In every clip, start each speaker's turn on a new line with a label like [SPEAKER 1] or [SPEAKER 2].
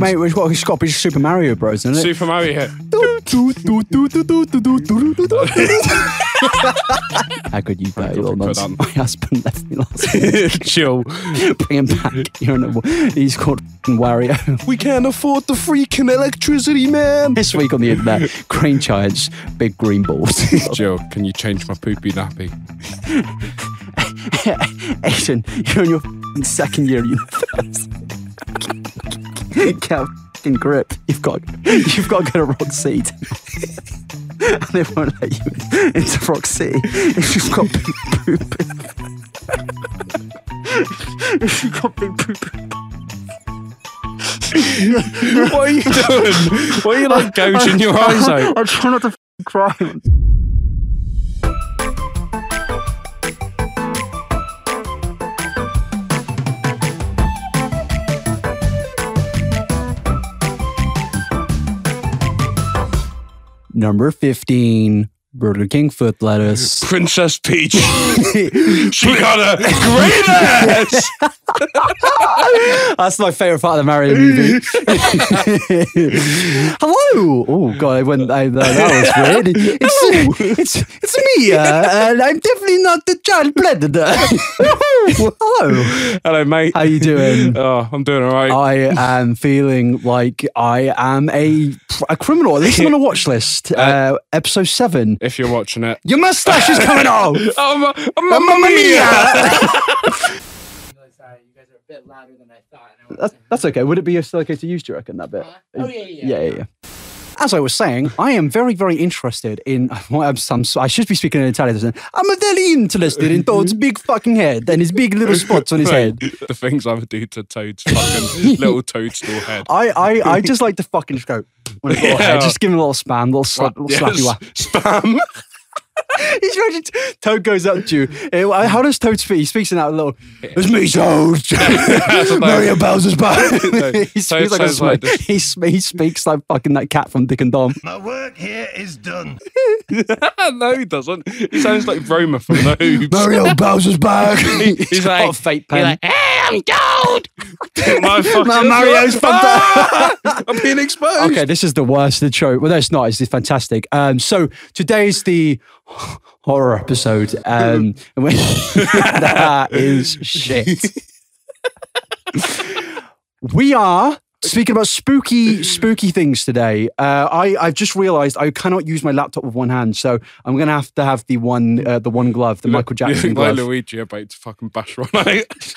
[SPEAKER 1] mate, we've got a Scottish Super Mario Bros. isn't it?
[SPEAKER 2] Super Mario hit.
[SPEAKER 1] How could you bet
[SPEAKER 2] could
[SPEAKER 1] your
[SPEAKER 2] put
[SPEAKER 1] nonsense?
[SPEAKER 2] that on.
[SPEAKER 1] My husband left me last week.
[SPEAKER 2] Chill.
[SPEAKER 1] Bring him back. You're in a, he's called f***ing Wario.
[SPEAKER 3] We can't afford the freaking electricity, man.
[SPEAKER 1] this week on the internet, crane giants, big green balls.
[SPEAKER 2] Jill, can you change my poopy nappy?
[SPEAKER 1] Asian, you're in your f***ing second year of university. Get a f***ing grip. You've got, you've got to go to Rock Seed. and they won't let you into Rock City if you've got big poop. if you've got big poop.
[SPEAKER 2] what are you doing? Why are you like gouging your eyes out?
[SPEAKER 1] I try not to f***ing cry. Number 15, Burger King foot lettuce.
[SPEAKER 2] Princess Peach. she got a great ass.
[SPEAKER 1] That's my favourite part of the Mario movie. Hello! Oh, God, I went, I, that, that was weird. It's, it's, it's me, uh, and I'm definitely not the child predator. Hello!
[SPEAKER 2] Hello, mate.
[SPEAKER 1] How you doing? Uh,
[SPEAKER 2] Oh, I'm doing all right.
[SPEAKER 1] I am feeling like I am a, a criminal. At least I'm on a watch list. Uh, episode 7.
[SPEAKER 2] if you're watching it.
[SPEAKER 1] Your mustache is coming off!
[SPEAKER 2] Oh, ma- oh, mamma mia!
[SPEAKER 4] you guys are a bit louder than I thought. And I
[SPEAKER 1] That's, that's okay. Would it be still okay to use, do you reckon, that bit?
[SPEAKER 4] oh, yeah, yeah,
[SPEAKER 1] yeah, yeah. As I was saying, I am very, very interested in. Well, I'm, some, I should be speaking in Italian. isn't it? I'm very interested in Toad's big fucking head and his big little spots on his head.
[SPEAKER 2] the things I would do to Toad's fucking little toadstool head.
[SPEAKER 1] I, I, I just like to fucking just go. When I've got a
[SPEAKER 2] Yeah.
[SPEAKER 1] head, just give him a little spam, little slap, little slappy whack.
[SPEAKER 2] Spam.
[SPEAKER 1] He's ready. to- Toad goes up to you. Eh, well, How does Toad speak? He speaks in that little. It's me, Toad. Mario Bowser's back. he
[SPEAKER 2] Toad
[SPEAKER 1] speaks like a
[SPEAKER 2] sounds
[SPEAKER 1] smoke.
[SPEAKER 2] like this.
[SPEAKER 1] He, sp- he speaks like fucking that cat from Dick and Dom.
[SPEAKER 3] My work here is done.
[SPEAKER 2] no, he doesn't. He sounds like Roma from the Hoobs.
[SPEAKER 1] Mario Bowser's back.
[SPEAKER 2] He's
[SPEAKER 1] got
[SPEAKER 2] like-
[SPEAKER 1] a fake pen.
[SPEAKER 2] My fucking-
[SPEAKER 1] Man, Mario's
[SPEAKER 2] Ah! I'm being exposed.
[SPEAKER 1] okay, this is the worst of the show. Well, no, it's not. It's, it's fantastic. Um, so today's the horror episode. Um, and we- that is shit. we are speaking about spooky, spooky things today. Uh, I I've just realised I cannot use my laptop with one hand, so I'm gonna have to have the one uh, the one glove, the Michael
[SPEAKER 2] You
[SPEAKER 1] Jackson
[SPEAKER 2] look like
[SPEAKER 1] glove.
[SPEAKER 2] Luigi about to fucking bash Ron out.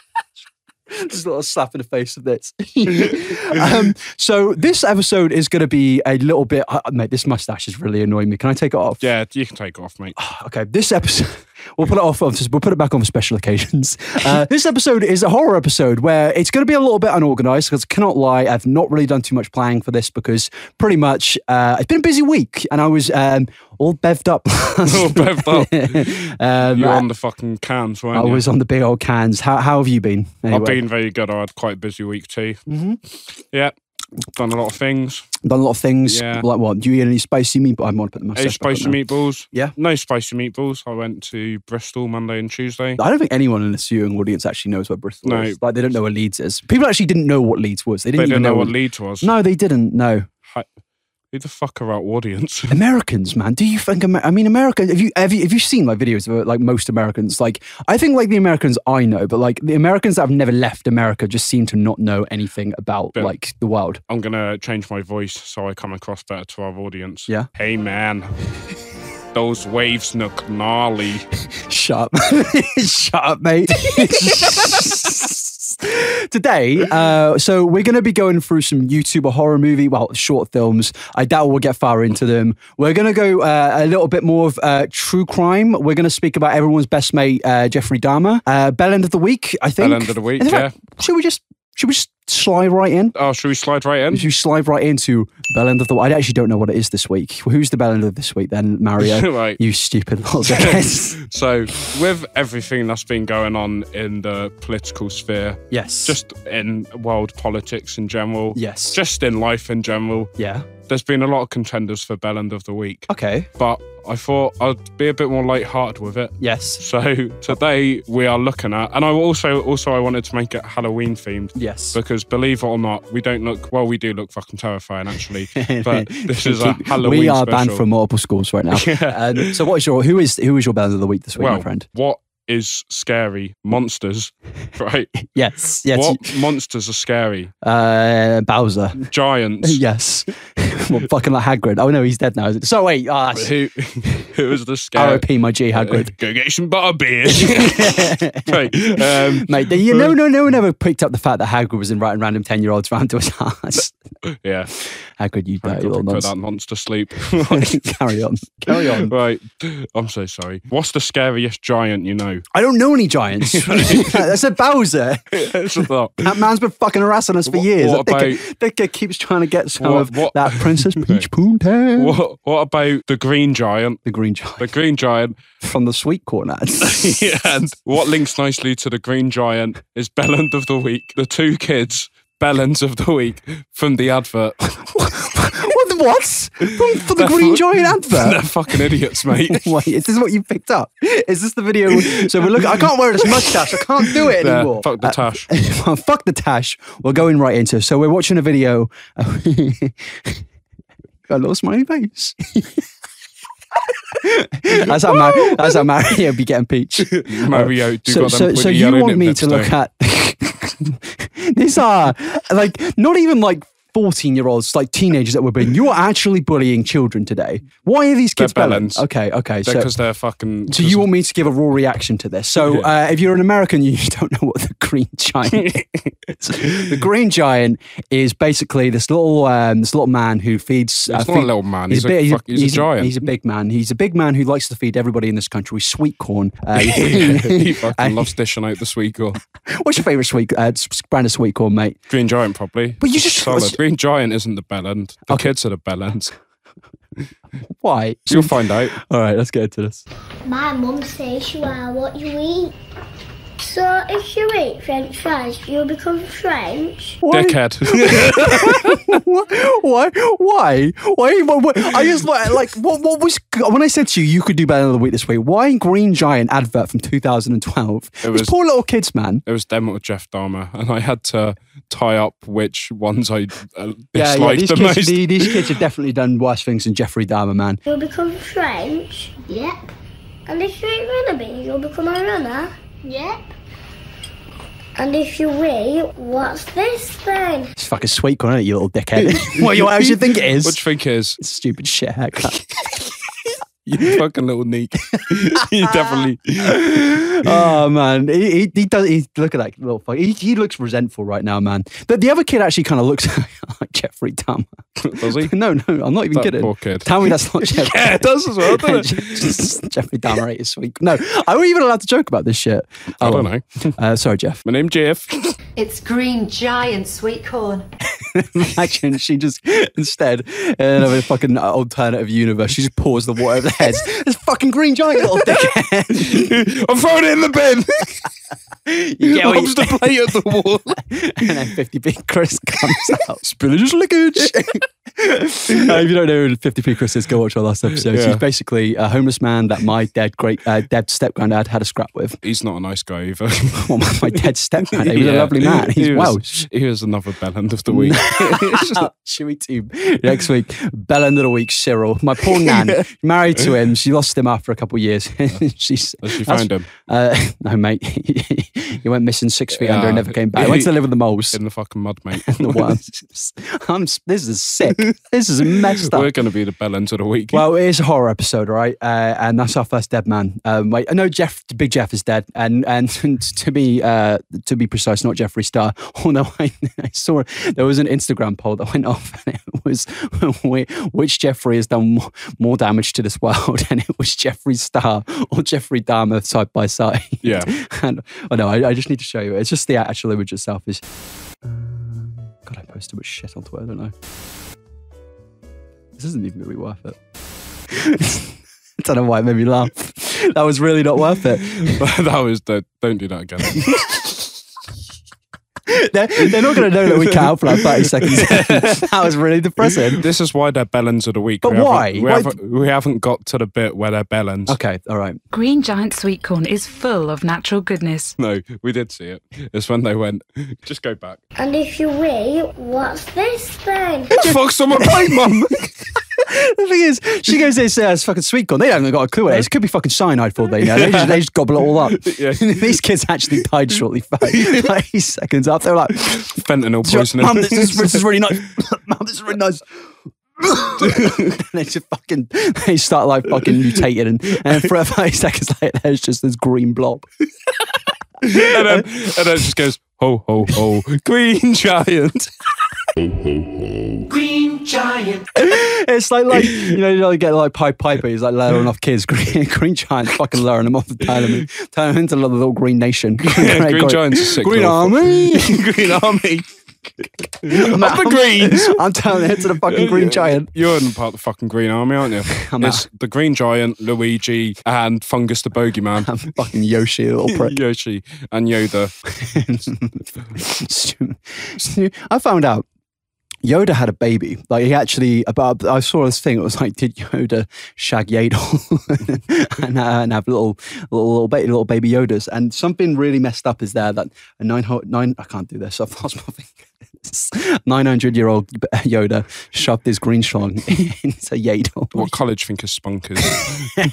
[SPEAKER 1] just a little slap in the face of this. um, so this episode is going to be a little bit. Uh, mate, this mustache is really annoying me. Can I take it off?
[SPEAKER 2] Yeah, you can take it off, mate.
[SPEAKER 1] Okay, this episode. We'll put it off. on- We'll put it back on for special occasions. Uh, this episode is a horror episode where it's going to be a little bit unorganized because, cannot lie, I've not really done too much planning for this because pretty much uh, it's been a busy week and I was um, all bevved up.
[SPEAKER 2] All bevved
[SPEAKER 1] up. um,
[SPEAKER 2] You were
[SPEAKER 1] I,
[SPEAKER 2] on the fucking cans, weren't
[SPEAKER 1] I
[SPEAKER 2] you?
[SPEAKER 1] was on the big old cans. How, how have you been?
[SPEAKER 2] I've
[SPEAKER 1] Anyway,
[SPEAKER 2] been very good. I had quite a busy week too. Mm-hmm. Yeah, done a lot of things.
[SPEAKER 1] done a lot of things.
[SPEAKER 2] Yeah.
[SPEAKER 1] Like what? Do you eat any spicy meat? But I'm not putting myself.
[SPEAKER 2] Ate spicy meatballs.
[SPEAKER 1] Yeah.
[SPEAKER 2] No spicy meatballs. I went to Bristol Monday and Tuesday.
[SPEAKER 1] I don't think anyone in this viewing audience actually knows where Bristol
[SPEAKER 2] No.
[SPEAKER 1] is. Like they don't know where Leeds is. People actually didn't know what Leeds was. They
[SPEAKER 2] They
[SPEAKER 1] didn't, even
[SPEAKER 2] didn't know what
[SPEAKER 1] what-
[SPEAKER 2] Leeds was.
[SPEAKER 1] No, they didn't. No.
[SPEAKER 2] Hi- Who the fuck are our audience?
[SPEAKER 1] Americans, man. Do you think? Amer- I mean, Americans. Have you, have you have you seen like videos of like most Americans? Like I think like the Americans I know, but like the Americans that have never left America just seem to not know anything about
[SPEAKER 2] Yeah.
[SPEAKER 1] like the world.
[SPEAKER 2] I'm gonna change my voice so I come across better to our audience.
[SPEAKER 1] Yeah.
[SPEAKER 2] Hey man, those waves look gnarly.
[SPEAKER 1] Shut up. Shut up, mate. Today, uh, so we're going to be going through some YouTuber horror movie, well, short films. I doubt we'll get far into them. We're going to go uh, a little bit more of uh, true crime. We're going to speak about everyone's best mate, uh, Jeffrey Dahmer. Uh, bell end of the week, I think.
[SPEAKER 2] end of the week,
[SPEAKER 1] In fact, Should we just should we just slide right in?
[SPEAKER 2] Oh, should we slide right in?
[SPEAKER 1] Should we slide right into bell end of the? I actually don't know what it is this week. Who's the bell end of this week then, Mario?
[SPEAKER 2] right.
[SPEAKER 1] you stupid little dickhead.
[SPEAKER 2] So, with everything that's been going on in the political sphere,
[SPEAKER 1] yes.
[SPEAKER 2] just in world politics in general,
[SPEAKER 1] Yes.
[SPEAKER 2] just in life in general,
[SPEAKER 1] yeah.
[SPEAKER 2] there's been a lot of contenders for Bell End of the Week.
[SPEAKER 1] Okay.
[SPEAKER 2] But I thought I'd be a bit more light-hearted with it.
[SPEAKER 1] Yes.
[SPEAKER 2] So today we are looking at, and I also also I wanted to make it Halloween themed
[SPEAKER 1] Yes.
[SPEAKER 2] because believe it or not, we don't look well. We do look fucking terrifying actually, but this is a Halloween.
[SPEAKER 1] We are
[SPEAKER 2] special.
[SPEAKER 1] banned from multiple schools right now. Um, so what is your who is who is your band of the week this week,
[SPEAKER 2] well,
[SPEAKER 1] my friend?
[SPEAKER 2] what is scary? Monsters, right?
[SPEAKER 1] Yes. Yes.
[SPEAKER 2] What monsters are scary?
[SPEAKER 1] Uh, Bowser.
[SPEAKER 2] Giants.
[SPEAKER 1] yes. well, fucking like Hagrid. Oh no, he's dead now. Is it? So wait. ah,
[SPEAKER 2] But
[SPEAKER 1] that's-
[SPEAKER 2] Who, who
[SPEAKER 1] Oh,
[SPEAKER 2] was the scary?
[SPEAKER 1] R.O.P. My G Hagrid.
[SPEAKER 2] Go get some butter beer. right. Um,
[SPEAKER 1] Mate, you no, no, no one ever picked up the fact that Hagrid was in writing random ten-year-olds round to his house.
[SPEAKER 2] yeah.
[SPEAKER 1] Hagrid, you
[SPEAKER 2] Thank
[SPEAKER 1] dirty little
[SPEAKER 2] God we put
[SPEAKER 1] nonce.
[SPEAKER 2] that nonce to sleep.
[SPEAKER 1] Carry on. Carry on.
[SPEAKER 2] right. I'm so sorry. What's the scariest giant you know?
[SPEAKER 1] I don't know any giants. That's a Bowser.
[SPEAKER 2] It's a lot.
[SPEAKER 1] That man's been fucking harassing us for
[SPEAKER 2] What-
[SPEAKER 1] years.
[SPEAKER 2] what
[SPEAKER 1] that,
[SPEAKER 2] about-
[SPEAKER 1] dickhead, dickhead keeps trying to get some
[SPEAKER 2] What-
[SPEAKER 1] of
[SPEAKER 2] what-
[SPEAKER 1] that Princess Peach Poontang.
[SPEAKER 2] What, what about the green giant?
[SPEAKER 1] The green giant
[SPEAKER 2] The green giant.
[SPEAKER 1] from the sweet corn ads.
[SPEAKER 2] and what links nicely to the green giant is Bellend of the Week. The two kids, Bellends of the Week from the advert.
[SPEAKER 1] what? what? From, for the
[SPEAKER 2] They're
[SPEAKER 1] green
[SPEAKER 2] fu-
[SPEAKER 1] giant
[SPEAKER 2] They're
[SPEAKER 1] advert?
[SPEAKER 2] fucking idiots, mate.
[SPEAKER 1] Wait, is this what you picked up? Is this the video? So we're looking. I can't wear this mustache. I can't do it
[SPEAKER 2] Yeah,
[SPEAKER 1] anymore.
[SPEAKER 2] fuck the tash.
[SPEAKER 1] well, fuck the tash. We're going right into. So we're watching a video. Got a little smiley face. that's how Mar- that's how Mario be getting peach. Uh,
[SPEAKER 2] Mario, do
[SPEAKER 1] so
[SPEAKER 2] got them
[SPEAKER 1] so, so
[SPEAKER 2] pretty
[SPEAKER 1] you
[SPEAKER 2] yellow
[SPEAKER 1] want me
[SPEAKER 2] nipples
[SPEAKER 1] to look
[SPEAKER 2] though.
[SPEAKER 1] at these are like not even like 14 year olds like teenagers that were being you are actually bullying children today why are these kids
[SPEAKER 2] They're
[SPEAKER 1] balanced?
[SPEAKER 2] balanced.
[SPEAKER 1] okay okay so
[SPEAKER 2] because they're fucking.
[SPEAKER 1] so you want me to give a raw reaction to this? So uh, if you're an American, you don't know what the green giant is. the green giant is basically this little um, this little man who feeds. uh,
[SPEAKER 2] He's not a little man, he's a
[SPEAKER 1] big-
[SPEAKER 2] fuck- he's a giant.
[SPEAKER 1] He's a big man. He's a big man who likes to feed everybody in this country with sweet corn. Uh,
[SPEAKER 2] he
[SPEAKER 1] uh,
[SPEAKER 2] fucking loves dishing out the sweet or
[SPEAKER 1] what's your favorite sweet uh, s- brand of sweet corn, mate?
[SPEAKER 2] Green Giant, probably.
[SPEAKER 1] But you just-
[SPEAKER 2] Solid. Green Giant isn't the bell end. The kids are the bell end.
[SPEAKER 1] Why?
[SPEAKER 2] You'll find out.
[SPEAKER 1] All right, let's get into this.
[SPEAKER 5] My mum says you are what you eat. So if you eat French fries, you'll become French.
[SPEAKER 1] Why?
[SPEAKER 2] Dickhead.
[SPEAKER 1] Why? Why? Why? why- why- I just like, like what, what was when I said to you, you could do better than the week this week. Why Green Giant advert from 2012? It was,
[SPEAKER 2] was-
[SPEAKER 1] poor little kids, man.
[SPEAKER 2] it was them with Jeff Dahmer, and I had to tie up which ones I uh, disliked
[SPEAKER 1] these
[SPEAKER 2] the
[SPEAKER 1] kids,
[SPEAKER 2] most.
[SPEAKER 1] the- these kids have definitely done worse things than Jeffrey Dahmer, man.
[SPEAKER 5] You'll become French. Yep. And if you eat runner beans, you'll become a runner. Yep. And if you eat, what's this thing?
[SPEAKER 1] It's fucking sweet corn, ain't it, you little dickhead. what you what else you think it is?
[SPEAKER 2] What do you think it is?
[SPEAKER 1] Stupid shit haircut.
[SPEAKER 2] You fucking little neek. you definitely.
[SPEAKER 1] oh man, he, he, he does. He, look at that little fuck. He, he looks resentful right now, man. But the other kid actually kind of looks like Jeffrey Dahmer.
[SPEAKER 2] Does he?
[SPEAKER 1] No, no, I'm not even
[SPEAKER 2] That
[SPEAKER 1] kidding.
[SPEAKER 2] poor kid.
[SPEAKER 1] Tell me that's not Jeffrey.
[SPEAKER 2] Yeah, it does as well, doesn't it?
[SPEAKER 1] Jeffrey Dahmer ate his sweet. No, I wasn't even allowed to joke about this shit.
[SPEAKER 2] I
[SPEAKER 1] Oh,
[SPEAKER 2] don't know.
[SPEAKER 1] Uh, sorry, Jeff.
[SPEAKER 2] My name's Jeff.
[SPEAKER 6] It's green giant sweet corn.
[SPEAKER 1] Imagine she just instead in a fucking alternative universe, she just pours the water over their heads. This fucking green giant little dickhead.
[SPEAKER 2] I'm throwing it in the bin.
[SPEAKER 1] You get what
[SPEAKER 2] Lobs the plate at the wall.
[SPEAKER 1] you- and then 50 big Chris comes out.
[SPEAKER 2] Spillage liquid.
[SPEAKER 1] Uh, if you don't know who 50p Chris is, go watch our last episode.
[SPEAKER 2] Yeah.
[SPEAKER 1] He's basically a homeless man that my dead great uh, dead step granddad had a scrap with.
[SPEAKER 2] He's not a nice guy either.
[SPEAKER 1] Well, my, my dead step granddad, he was a
[SPEAKER 2] Yeah.
[SPEAKER 1] lovely Oh, man. He's
[SPEAKER 2] he was,
[SPEAKER 1] Welsh.
[SPEAKER 2] He was another bellend of the week.
[SPEAKER 1] Should we do next week? Bell end of the week, Cyril. My poor nan, married to him. She lost him after a couple of years. She's
[SPEAKER 2] Has she found him
[SPEAKER 1] uh, no, mate. he went missing six feet under and
[SPEAKER 2] Yeah.
[SPEAKER 1] never came back. Went to live with the moles.
[SPEAKER 2] in the fucking mud, mate.
[SPEAKER 1] The worms. I'm, s- this is sick. This is messed up.
[SPEAKER 2] We're going to be the bellends of the week.
[SPEAKER 1] Well, it is a horror episode, all right? Uh, and that's our first dead man. Um, wait, no, Jeff, Big Jeff is dead, and and to be uh, to be precise, not Jeffree Star. Although I, I saw there was an Instagram poll that went off, and it was whi- which Jeffrey has done more, more damage to this world, and it was Jeffree Star or Jeffrey Dahmer side by side.
[SPEAKER 2] Yeah.
[SPEAKER 1] and oh no, I, I just need to show you. It's just the actual image itself is. um, God, I post too much shit on Twitter, don't I? This isn't even gonna be worth it. I don't know why it made me laugh. That was really not worth it.
[SPEAKER 2] that was the. Don't do that again.
[SPEAKER 1] they're, they're not going to know that we count for like 30 seconds. that was really depressing.
[SPEAKER 2] This is why they're bellends of the week.
[SPEAKER 1] But
[SPEAKER 2] haven't-
[SPEAKER 1] why?
[SPEAKER 2] We,
[SPEAKER 1] Why
[SPEAKER 2] Haven't, we haven't got to the bit where they're bellends.
[SPEAKER 1] Okay, all right.
[SPEAKER 7] Green giant sweet corn is full of natural goodness.
[SPEAKER 2] No, we did see it. It's when they went, just go back.
[SPEAKER 5] And if you wait, what's this thing?
[SPEAKER 2] Fuck someone plate, mum!
[SPEAKER 1] The thing is, she goes in and says, fucking sweet corn. They haven't got a clue. It It could be fucking cyanide for all they know. They just, they just gobble it all up.
[SPEAKER 2] Yeah.
[SPEAKER 1] These kids actually died shortly, fa- 30 seconds after. They were like,
[SPEAKER 2] Fentanyl
[SPEAKER 1] Do you-
[SPEAKER 2] poisoning.
[SPEAKER 1] Mum, this is, this is really nice. Mum, this is really nice. and they just fucking they start like fucking mutating and, and for about five seconds later there's just this green blob.
[SPEAKER 2] and, then, and then it just goes, ho, ho, ho, green giant.
[SPEAKER 6] Green giant.
[SPEAKER 1] It's like like you know you know, you get like Pied Piper, he's like lowering off kids, green green giant fucking lowering them off and turning them, turning them into another little green nation.
[SPEAKER 2] Yeah,
[SPEAKER 1] Great,
[SPEAKER 2] green
[SPEAKER 1] great.
[SPEAKER 2] giant's a sick
[SPEAKER 1] Green
[SPEAKER 2] little
[SPEAKER 1] army.
[SPEAKER 2] green army.
[SPEAKER 1] I'm,
[SPEAKER 2] Up the greens.
[SPEAKER 1] I'm turning into the fucking green giant.
[SPEAKER 2] You're in part of the fucking Green Army, aren't you?
[SPEAKER 1] I'm
[SPEAKER 2] it's the Green Giant, Luigi, and Fungus the Bogeyman,
[SPEAKER 1] I'm fucking Yoshi little prick.
[SPEAKER 2] Yoshi, and Yoda.
[SPEAKER 1] Stu- Stu- I found out Yoda had a baby. Like he actually, about I saw this thing. It was like, did Yoda shag Yadel and, uh, and have little little little baby little baby Yodas? And something really messed up is there that a nine ho- nine I can't do this. I've lost my fingers. Nine hundred year old Yoda shoved his green schlong into Yadel.
[SPEAKER 2] What college think is spunkers?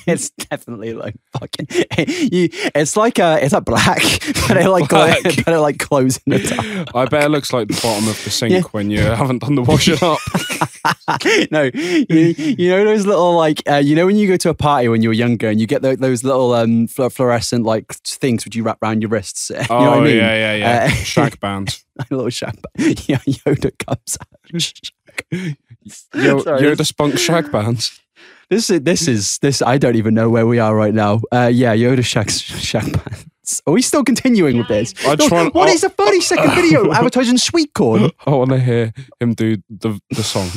[SPEAKER 1] it's definitely like fucking. You, it's like uh, it's like black, but it like glo-
[SPEAKER 2] Black.
[SPEAKER 1] but it like glows in the dark.
[SPEAKER 2] I bet it looks like the bottom of the sink
[SPEAKER 1] Yeah.
[SPEAKER 2] when you haven't done the washing up.
[SPEAKER 1] no, you, you know those little like uh, you know when you go to a party when you were younger and you get tho- those little um, flu- fluorescent like things which you wrap around your wrists. you know
[SPEAKER 2] Oh,
[SPEAKER 1] what I mean?
[SPEAKER 2] yeah, yeah, yeah.
[SPEAKER 1] Uh,
[SPEAKER 2] Shag band.
[SPEAKER 1] a little shag. Yeah, Yoda comes out.
[SPEAKER 2] Yo,
[SPEAKER 1] Sorry.
[SPEAKER 2] Yoda spunk shag band.
[SPEAKER 1] This is this is this. I don't even know where we are right now. Uh, yeah, Yoda shag shag pants. Are we still continuing with this?
[SPEAKER 2] I just want-
[SPEAKER 1] what
[SPEAKER 2] I-
[SPEAKER 1] is a thirty second video advertising sweet corn?
[SPEAKER 2] I want to hear him do the, the song.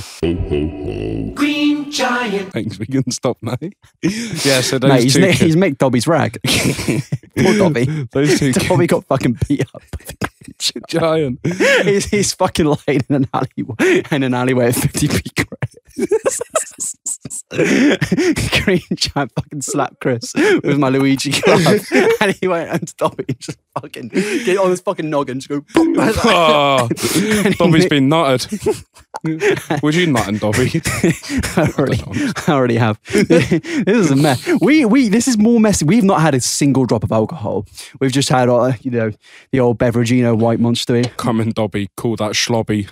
[SPEAKER 6] Green giant.
[SPEAKER 2] Thanks, we can stop now. Yeah, so those
[SPEAKER 1] Mate, he's,
[SPEAKER 2] two
[SPEAKER 1] Nick,
[SPEAKER 2] kids-
[SPEAKER 1] he's Mick Dobby's rag. Poor Dobby.
[SPEAKER 2] Those two
[SPEAKER 1] Dobby got fucking beat up.
[SPEAKER 2] giant.
[SPEAKER 1] he's, he's fucking lying in an alleyway in an alleyway at 50 p Green giant fucking slapped Chris with my Luigi glove, and he went and stopped it. Just fucking get on his fucking noggin, just go.
[SPEAKER 2] Oh, Dobby's
[SPEAKER 1] Nick-
[SPEAKER 2] been knotted. Would you nut and Dobby?
[SPEAKER 1] I already, I already have. this is a mess. We, we, this is more messy. We've not had a single drop of alcohol. We've just had, uh, you know, the old beverageino white monster.
[SPEAKER 2] Come in, Dobby. Call that schlobby.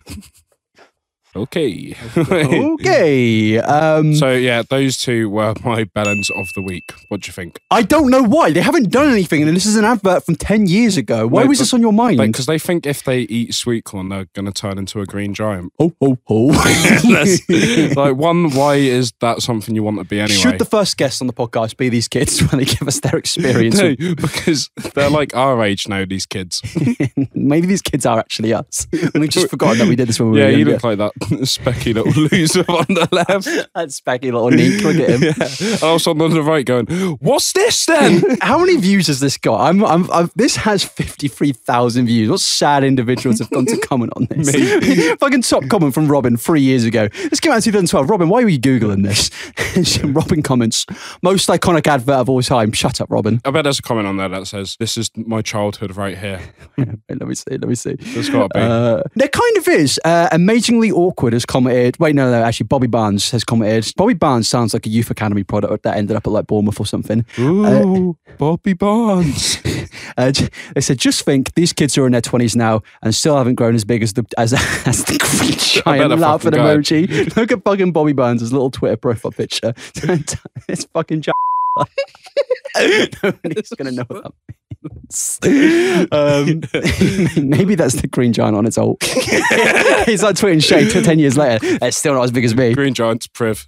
[SPEAKER 2] Okay.
[SPEAKER 1] Okay. Um,
[SPEAKER 2] so, yeah, those two were my balance of the week. What do you think?
[SPEAKER 1] I don't know why they haven't done anything, and this is an advert from ten years ago. Why
[SPEAKER 2] No,
[SPEAKER 1] was
[SPEAKER 2] but-
[SPEAKER 1] this on your mind?
[SPEAKER 2] Because they think if they eat sweet corn, they're going to turn into a green giant.
[SPEAKER 1] oh, oh, oh!
[SPEAKER 2] like, one, why is that something you want to be anyway?
[SPEAKER 1] Should the first guest on the podcast be these kids when they give us their experience?
[SPEAKER 2] no, because they're like our age now, these kids.
[SPEAKER 1] Maybe these kids are actually us, and we've just forgotten that we did this when we
[SPEAKER 2] yeah,
[SPEAKER 1] were
[SPEAKER 2] you
[SPEAKER 1] younger.
[SPEAKER 2] look like that specky little loser on the left.
[SPEAKER 1] that specky little neat. Look at him.
[SPEAKER 2] And I was on the right going, What's this then?
[SPEAKER 1] How many views has this got? I'm, I'm, i this has 53,000 views. What sad individuals have gone to comment on this? Fucking top comment from Robin three years ago. This came out in 2012. Robin, why were you Googling this? Robin comments, most iconic advert of all time. Shut up, Robin.
[SPEAKER 2] I bet there's a comment on there that says, This is my childhood right here.
[SPEAKER 1] Wait, let me see. Let me see.
[SPEAKER 2] There's gotta be.
[SPEAKER 1] Uh, there kind of is. Uh, Amazingly awkward has commented. Wait, no, no. Actually, Bobby Barnes has commented. Bobby Barnes sounds like a youth academy product that ended up at like Bournemouth or something.
[SPEAKER 2] Ooh, Bobby Barnes.
[SPEAKER 1] Uh, j- they said, just think, these kids are in their twenties now and still haven't grown as big as the as, as the green
[SPEAKER 2] I bet
[SPEAKER 1] giant
[SPEAKER 2] they're
[SPEAKER 1] laughing
[SPEAKER 2] fucking good.
[SPEAKER 1] emoji. Look at fucking Bobby Burns' little Twitter profile picture. it's fucking. Gi- Nobody's gonna know what that means. Um, maybe that's the green giant on its old. He's like tweeting shade t- ten years later. It's still not as big as me.
[SPEAKER 2] Green Giant's Priv.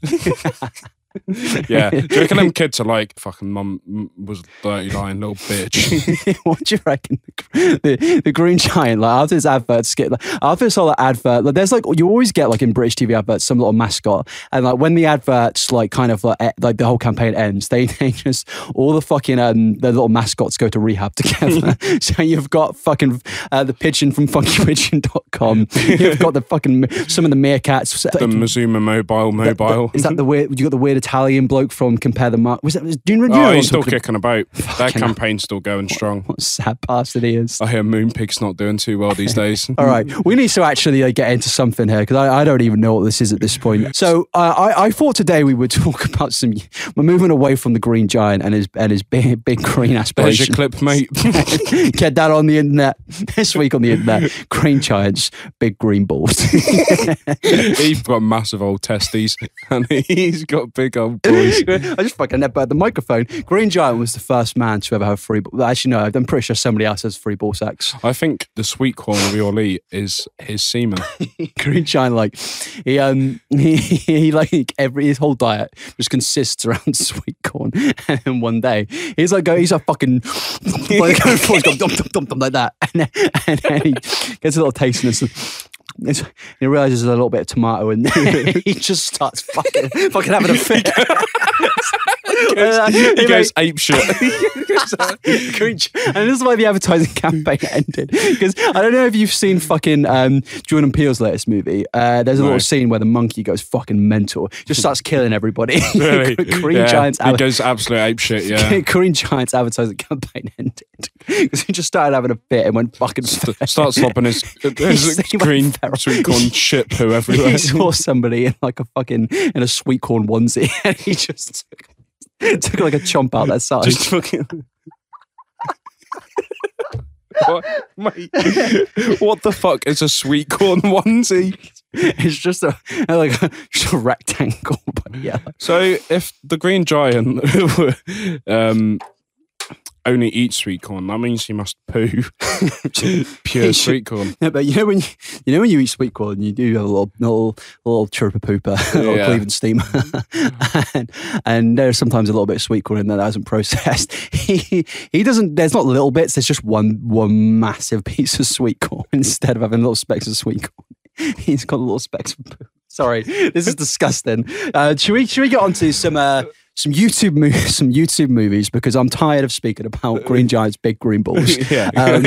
[SPEAKER 2] Yeah. Do you reckon them kids are like, fucking mum m- was a dirty lying little bitch?
[SPEAKER 1] what do you reckon? The, the green giant, like after this advert skip, like, after I saw that advert, like there's like you always get like in British TV adverts some little mascot, and like when the adverts like kind of like, e- like the whole campaign ends, they, they just all the fucking um the little mascots go to rehab together. so you've got fucking uh, the pigeon from funkypigeon.com. You've got the fucking some of the meerkats.
[SPEAKER 2] the Mazuma Mobile Mobile.
[SPEAKER 1] Is that the weird? You got the weird Italian bloke from Compare the Mark. Was that? Was, do you, do you know
[SPEAKER 2] oh,
[SPEAKER 1] what I'm
[SPEAKER 2] he's still
[SPEAKER 1] talking
[SPEAKER 2] kicking about. That
[SPEAKER 1] hell.
[SPEAKER 2] campaign's still going strong.
[SPEAKER 1] What a sad bastard he is.
[SPEAKER 2] I hear Moonpig's not doing too well these days.
[SPEAKER 1] All right, we need to actually uh, get into something here because I, I don't even know what this is at this point. So uh, I, I thought today we would talk about some. We're moving away from the green giant and his and his big, big green
[SPEAKER 2] There's
[SPEAKER 1] aspiration.
[SPEAKER 2] your clip, mate.
[SPEAKER 1] Get that on the internet this week on the internet. Green giants, big green balls.
[SPEAKER 2] he's got massive old testes and he's got big old boys.
[SPEAKER 1] I just fucking about the microphone. Green giant was the first man to ever have free. ball- Actually, no, I'm pretty sure somebody else has free ball sex.
[SPEAKER 2] I think the sweet corn we all eat is his semen.
[SPEAKER 1] Green Giant, like he um he, he like every his whole diet just consists around sweet corn. And then one day he's like go he's like fucking like, going for it, he's going dum, dum, dum, dum, like that, and then, and then he gets a little taste and it's. it's- and he realizes there's a little bit of tomato in there. he just starts fucking, fucking having a fit.
[SPEAKER 2] He goes ape
[SPEAKER 1] Green Gi- and this is why the advertising campaign ended because I don't know if you've seen fucking um, Jordan Peele's latest movie. Uh, there's a
[SPEAKER 2] No.
[SPEAKER 1] little scene where the monkey goes fucking mental, just starts killing everybody.
[SPEAKER 2] Really?
[SPEAKER 1] Green
[SPEAKER 2] Yeah,
[SPEAKER 1] Giant's
[SPEAKER 2] He
[SPEAKER 1] adver-
[SPEAKER 2] goes absolute ape shit, yeah.
[SPEAKER 1] Green Giant's advertising campaign ended because he just started having a fit and went fucking.
[SPEAKER 2] Starts slopping his, his
[SPEAKER 1] He went
[SPEAKER 2] green
[SPEAKER 1] feral.
[SPEAKER 2] sweet corn chip poo everywhere.
[SPEAKER 1] he saw somebody in like a fucking in a sweet corn onesie, and he just took, took like a chomp out that side.
[SPEAKER 2] Just fucking. What, mate, what the fuck is a sweet corn onesie?
[SPEAKER 1] it's just a like a, just a rectangle, but yeah.
[SPEAKER 2] So, if the green giant um, only eats sweet corn, that means he must poo pure sweet corn.
[SPEAKER 1] Yeah, but you know when you, you know when you eat sweet corn, you do have a little little, little chirper pooper, a little
[SPEAKER 2] Yeah.
[SPEAKER 1] Cleveland steamer, and, and there's sometimes a little bit of sweet corn in there that hasn't processed. He he doesn't. There's not little bits. There's just one one massive piece of sweet corn instead of having little specks of sweet corn. He's got little specks of poo. Sorry, this is disgusting. Uh, should we should we get on to some? Uh, some YouTube movies, some YouTube movies, because I'm tired of speaking about Green Giant's big green balls.
[SPEAKER 2] Uh, Yeah.
[SPEAKER 1] Um,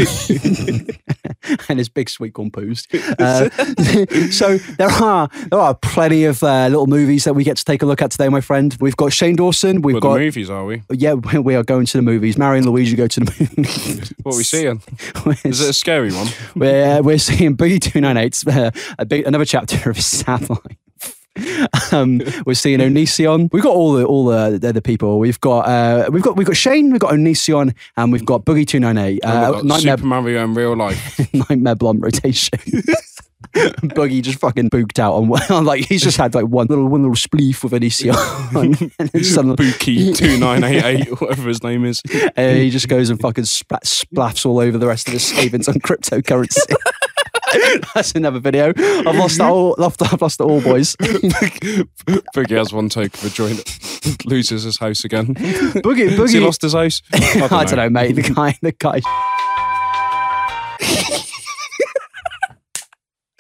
[SPEAKER 1] and his big sweet corn poos. Uh, so there are there are plenty of uh, little movies that we get to take a look at today, my friend. We've got Shane Dawson. We've
[SPEAKER 2] Well,
[SPEAKER 1] got
[SPEAKER 2] the movies, are we?
[SPEAKER 1] yeah, we we are going to the movies. Mario and Luigi go to the movies.
[SPEAKER 2] What are we seeing? Is it a
[SPEAKER 1] we're,
[SPEAKER 2] scary one?
[SPEAKER 1] we're, we're seeing Boogie Two Nine Eight, uh, a big, another chapter of his sad life. um, we're seeing Onision. We've got all the all the, the other people. We've got uh, we've got we've got Shane. We've got Onision, and we've got Boogie Two Nine Eight.
[SPEAKER 2] We've
[SPEAKER 1] Uh,
[SPEAKER 2] got
[SPEAKER 1] Nightmare
[SPEAKER 2] Super Mario in real life.
[SPEAKER 1] Nightmare Blonde rotation. Boogie just fucking booked out on one. Like he's just had like one little one little spleef with an ECR, and then suddenly
[SPEAKER 2] Bookie two nine eight eight, whatever his name is.
[SPEAKER 1] uh, he just goes and fucking splat, splaffs all over the rest of his savings on cryptocurrency. That's another video. I've lost that all. I've lost it all, boys.
[SPEAKER 2] Boogie has one take of a joint, loses his house again.
[SPEAKER 1] Boogie,
[SPEAKER 2] Has he
[SPEAKER 1] Boogie.
[SPEAKER 2] lost his house? I don't,
[SPEAKER 1] I don't know, mate. The guy, the guy.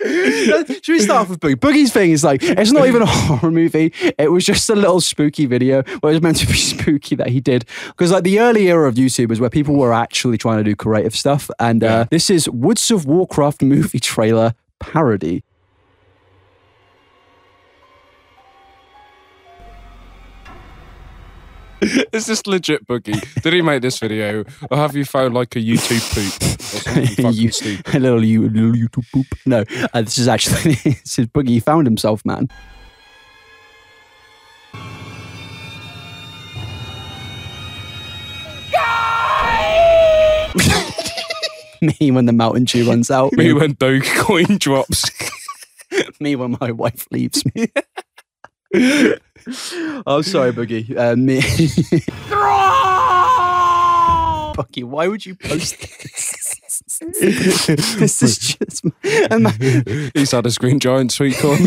[SPEAKER 1] Should we start off with Boogie? Boogie's thing is like it's not even a horror movie. It was just a little spooky video where it was meant to be spooky that he did because like the early era of YouTube was where people were actually trying to do creative stuff, and uh, this is Woods of Warcraft movie trailer parody.
[SPEAKER 2] Is this legit, Boogie? Did he make this video, or have you found like a YouTube poop or something fucking
[SPEAKER 1] You-
[SPEAKER 2] stupid?
[SPEAKER 1] a little, you, little YouTube poop. No, uh, this is actually this is Boogie. He found himself, man. Me when the Mountain Dew runs out.
[SPEAKER 2] Me
[SPEAKER 1] Me,
[SPEAKER 2] when Dogecoin drops.
[SPEAKER 1] when my wife leaves me. I'm sorry, Boogie. Uh, me. Boogie, why would you post this? this is just. And my,
[SPEAKER 2] He's had a green giant sweet corn.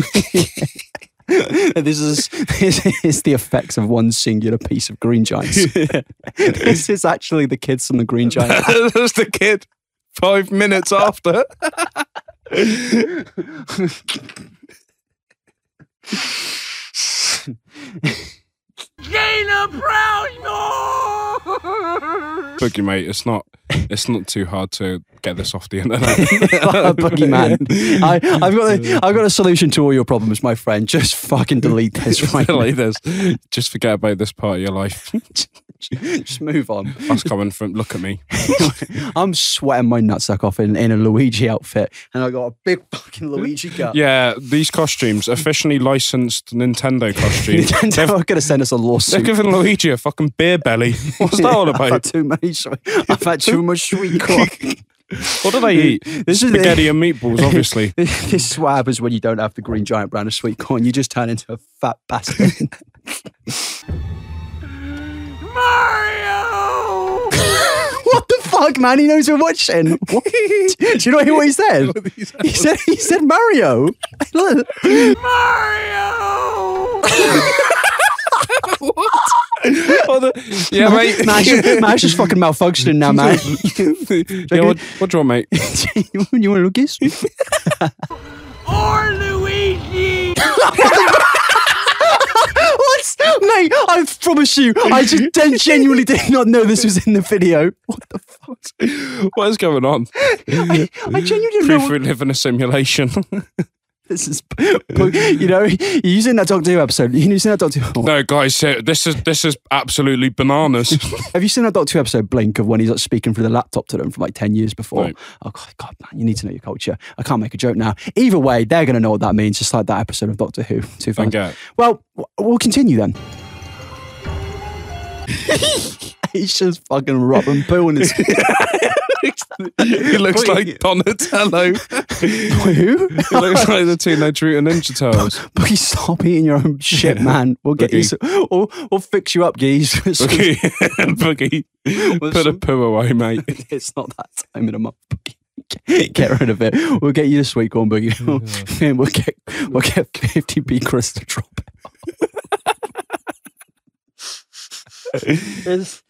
[SPEAKER 1] this is this is the effects of one singular piece of green giants. this is actually the kids from the green giant.
[SPEAKER 2] That's the kid. Five minutes after. Boogie mate, it's not it's not too hard to get this off the internet.
[SPEAKER 1] Boogeyman. I, I've got a, I've got a solution to all your problems, my friend. Just fucking delete this right now.
[SPEAKER 2] like this. Just forget about this part of your life.
[SPEAKER 1] Just move on.
[SPEAKER 2] That's coming from look at me.
[SPEAKER 1] I'm sweating my nutsack off in, in a Luigi outfit, and I got a big fucking Luigi gut.
[SPEAKER 2] Yeah, these costumes, officially licensed Nintendo costumes.
[SPEAKER 1] Nintendo are going to send us a
[SPEAKER 2] They're
[SPEAKER 1] lawsuit.
[SPEAKER 2] giving Luigi a fucking beer belly. What's that all
[SPEAKER 1] I've had
[SPEAKER 2] about?
[SPEAKER 1] too many. swe- I've had too much sweet corn.
[SPEAKER 2] What do they eat?
[SPEAKER 1] This is the-
[SPEAKER 2] Spaghetti and meatballs, obviously.
[SPEAKER 1] this is what happens when you don't have the green giant brand of sweet corn. You just turn into a fat bastard. Mario! what the fuck, man? He knows we're watching. What? Do you know what he said? He said he said Mario. Look.
[SPEAKER 2] Or the- yeah, mate.
[SPEAKER 1] Man's just, man's just fucking malfunctioning now, man.
[SPEAKER 2] yeah, what, what do you want, mate?
[SPEAKER 1] you, you want to look this? What? Mate, I promise you, I just gen- genuinely did not know this was in the video. What the fuck?
[SPEAKER 2] What is going on?
[SPEAKER 1] I, I genuinely didn't know.
[SPEAKER 2] Proof we live in a simulation.
[SPEAKER 1] This is, you know, you're using that Doctor Who episode. You're using that Doctor Who.
[SPEAKER 2] no, guys, so this is this is absolutely bananas.
[SPEAKER 1] Have you seen that Doctor Who episode Blink of when he's like, speaking through the laptop to them from like 10 years before?
[SPEAKER 2] Right.
[SPEAKER 1] Oh, God, God, man, you need to know your culture. I can't make a joke now. Either way, they're going to know what that means, just like that episode of Doctor Who. Too fun.
[SPEAKER 2] Okay.
[SPEAKER 1] Well, w- we'll continue then. he's just fucking rubbing poo in his.
[SPEAKER 2] he looks
[SPEAKER 1] Wait.
[SPEAKER 2] like Donatello. he
[SPEAKER 1] Who?
[SPEAKER 2] looks like the Teenage Mutant Ninja Turtles.
[SPEAKER 1] Boogie, stop eating your own shit, man. We'll get you.
[SPEAKER 2] Boogie.
[SPEAKER 1] Some, we'll, we'll fix you up, geez.
[SPEAKER 2] Boogie, Boogie, put a poo away, mate.
[SPEAKER 1] it's not that time in a month. Get rid of it. We'll get you the sweet corn boogie. and we'll get we'll get 50p Chris to drop it. this,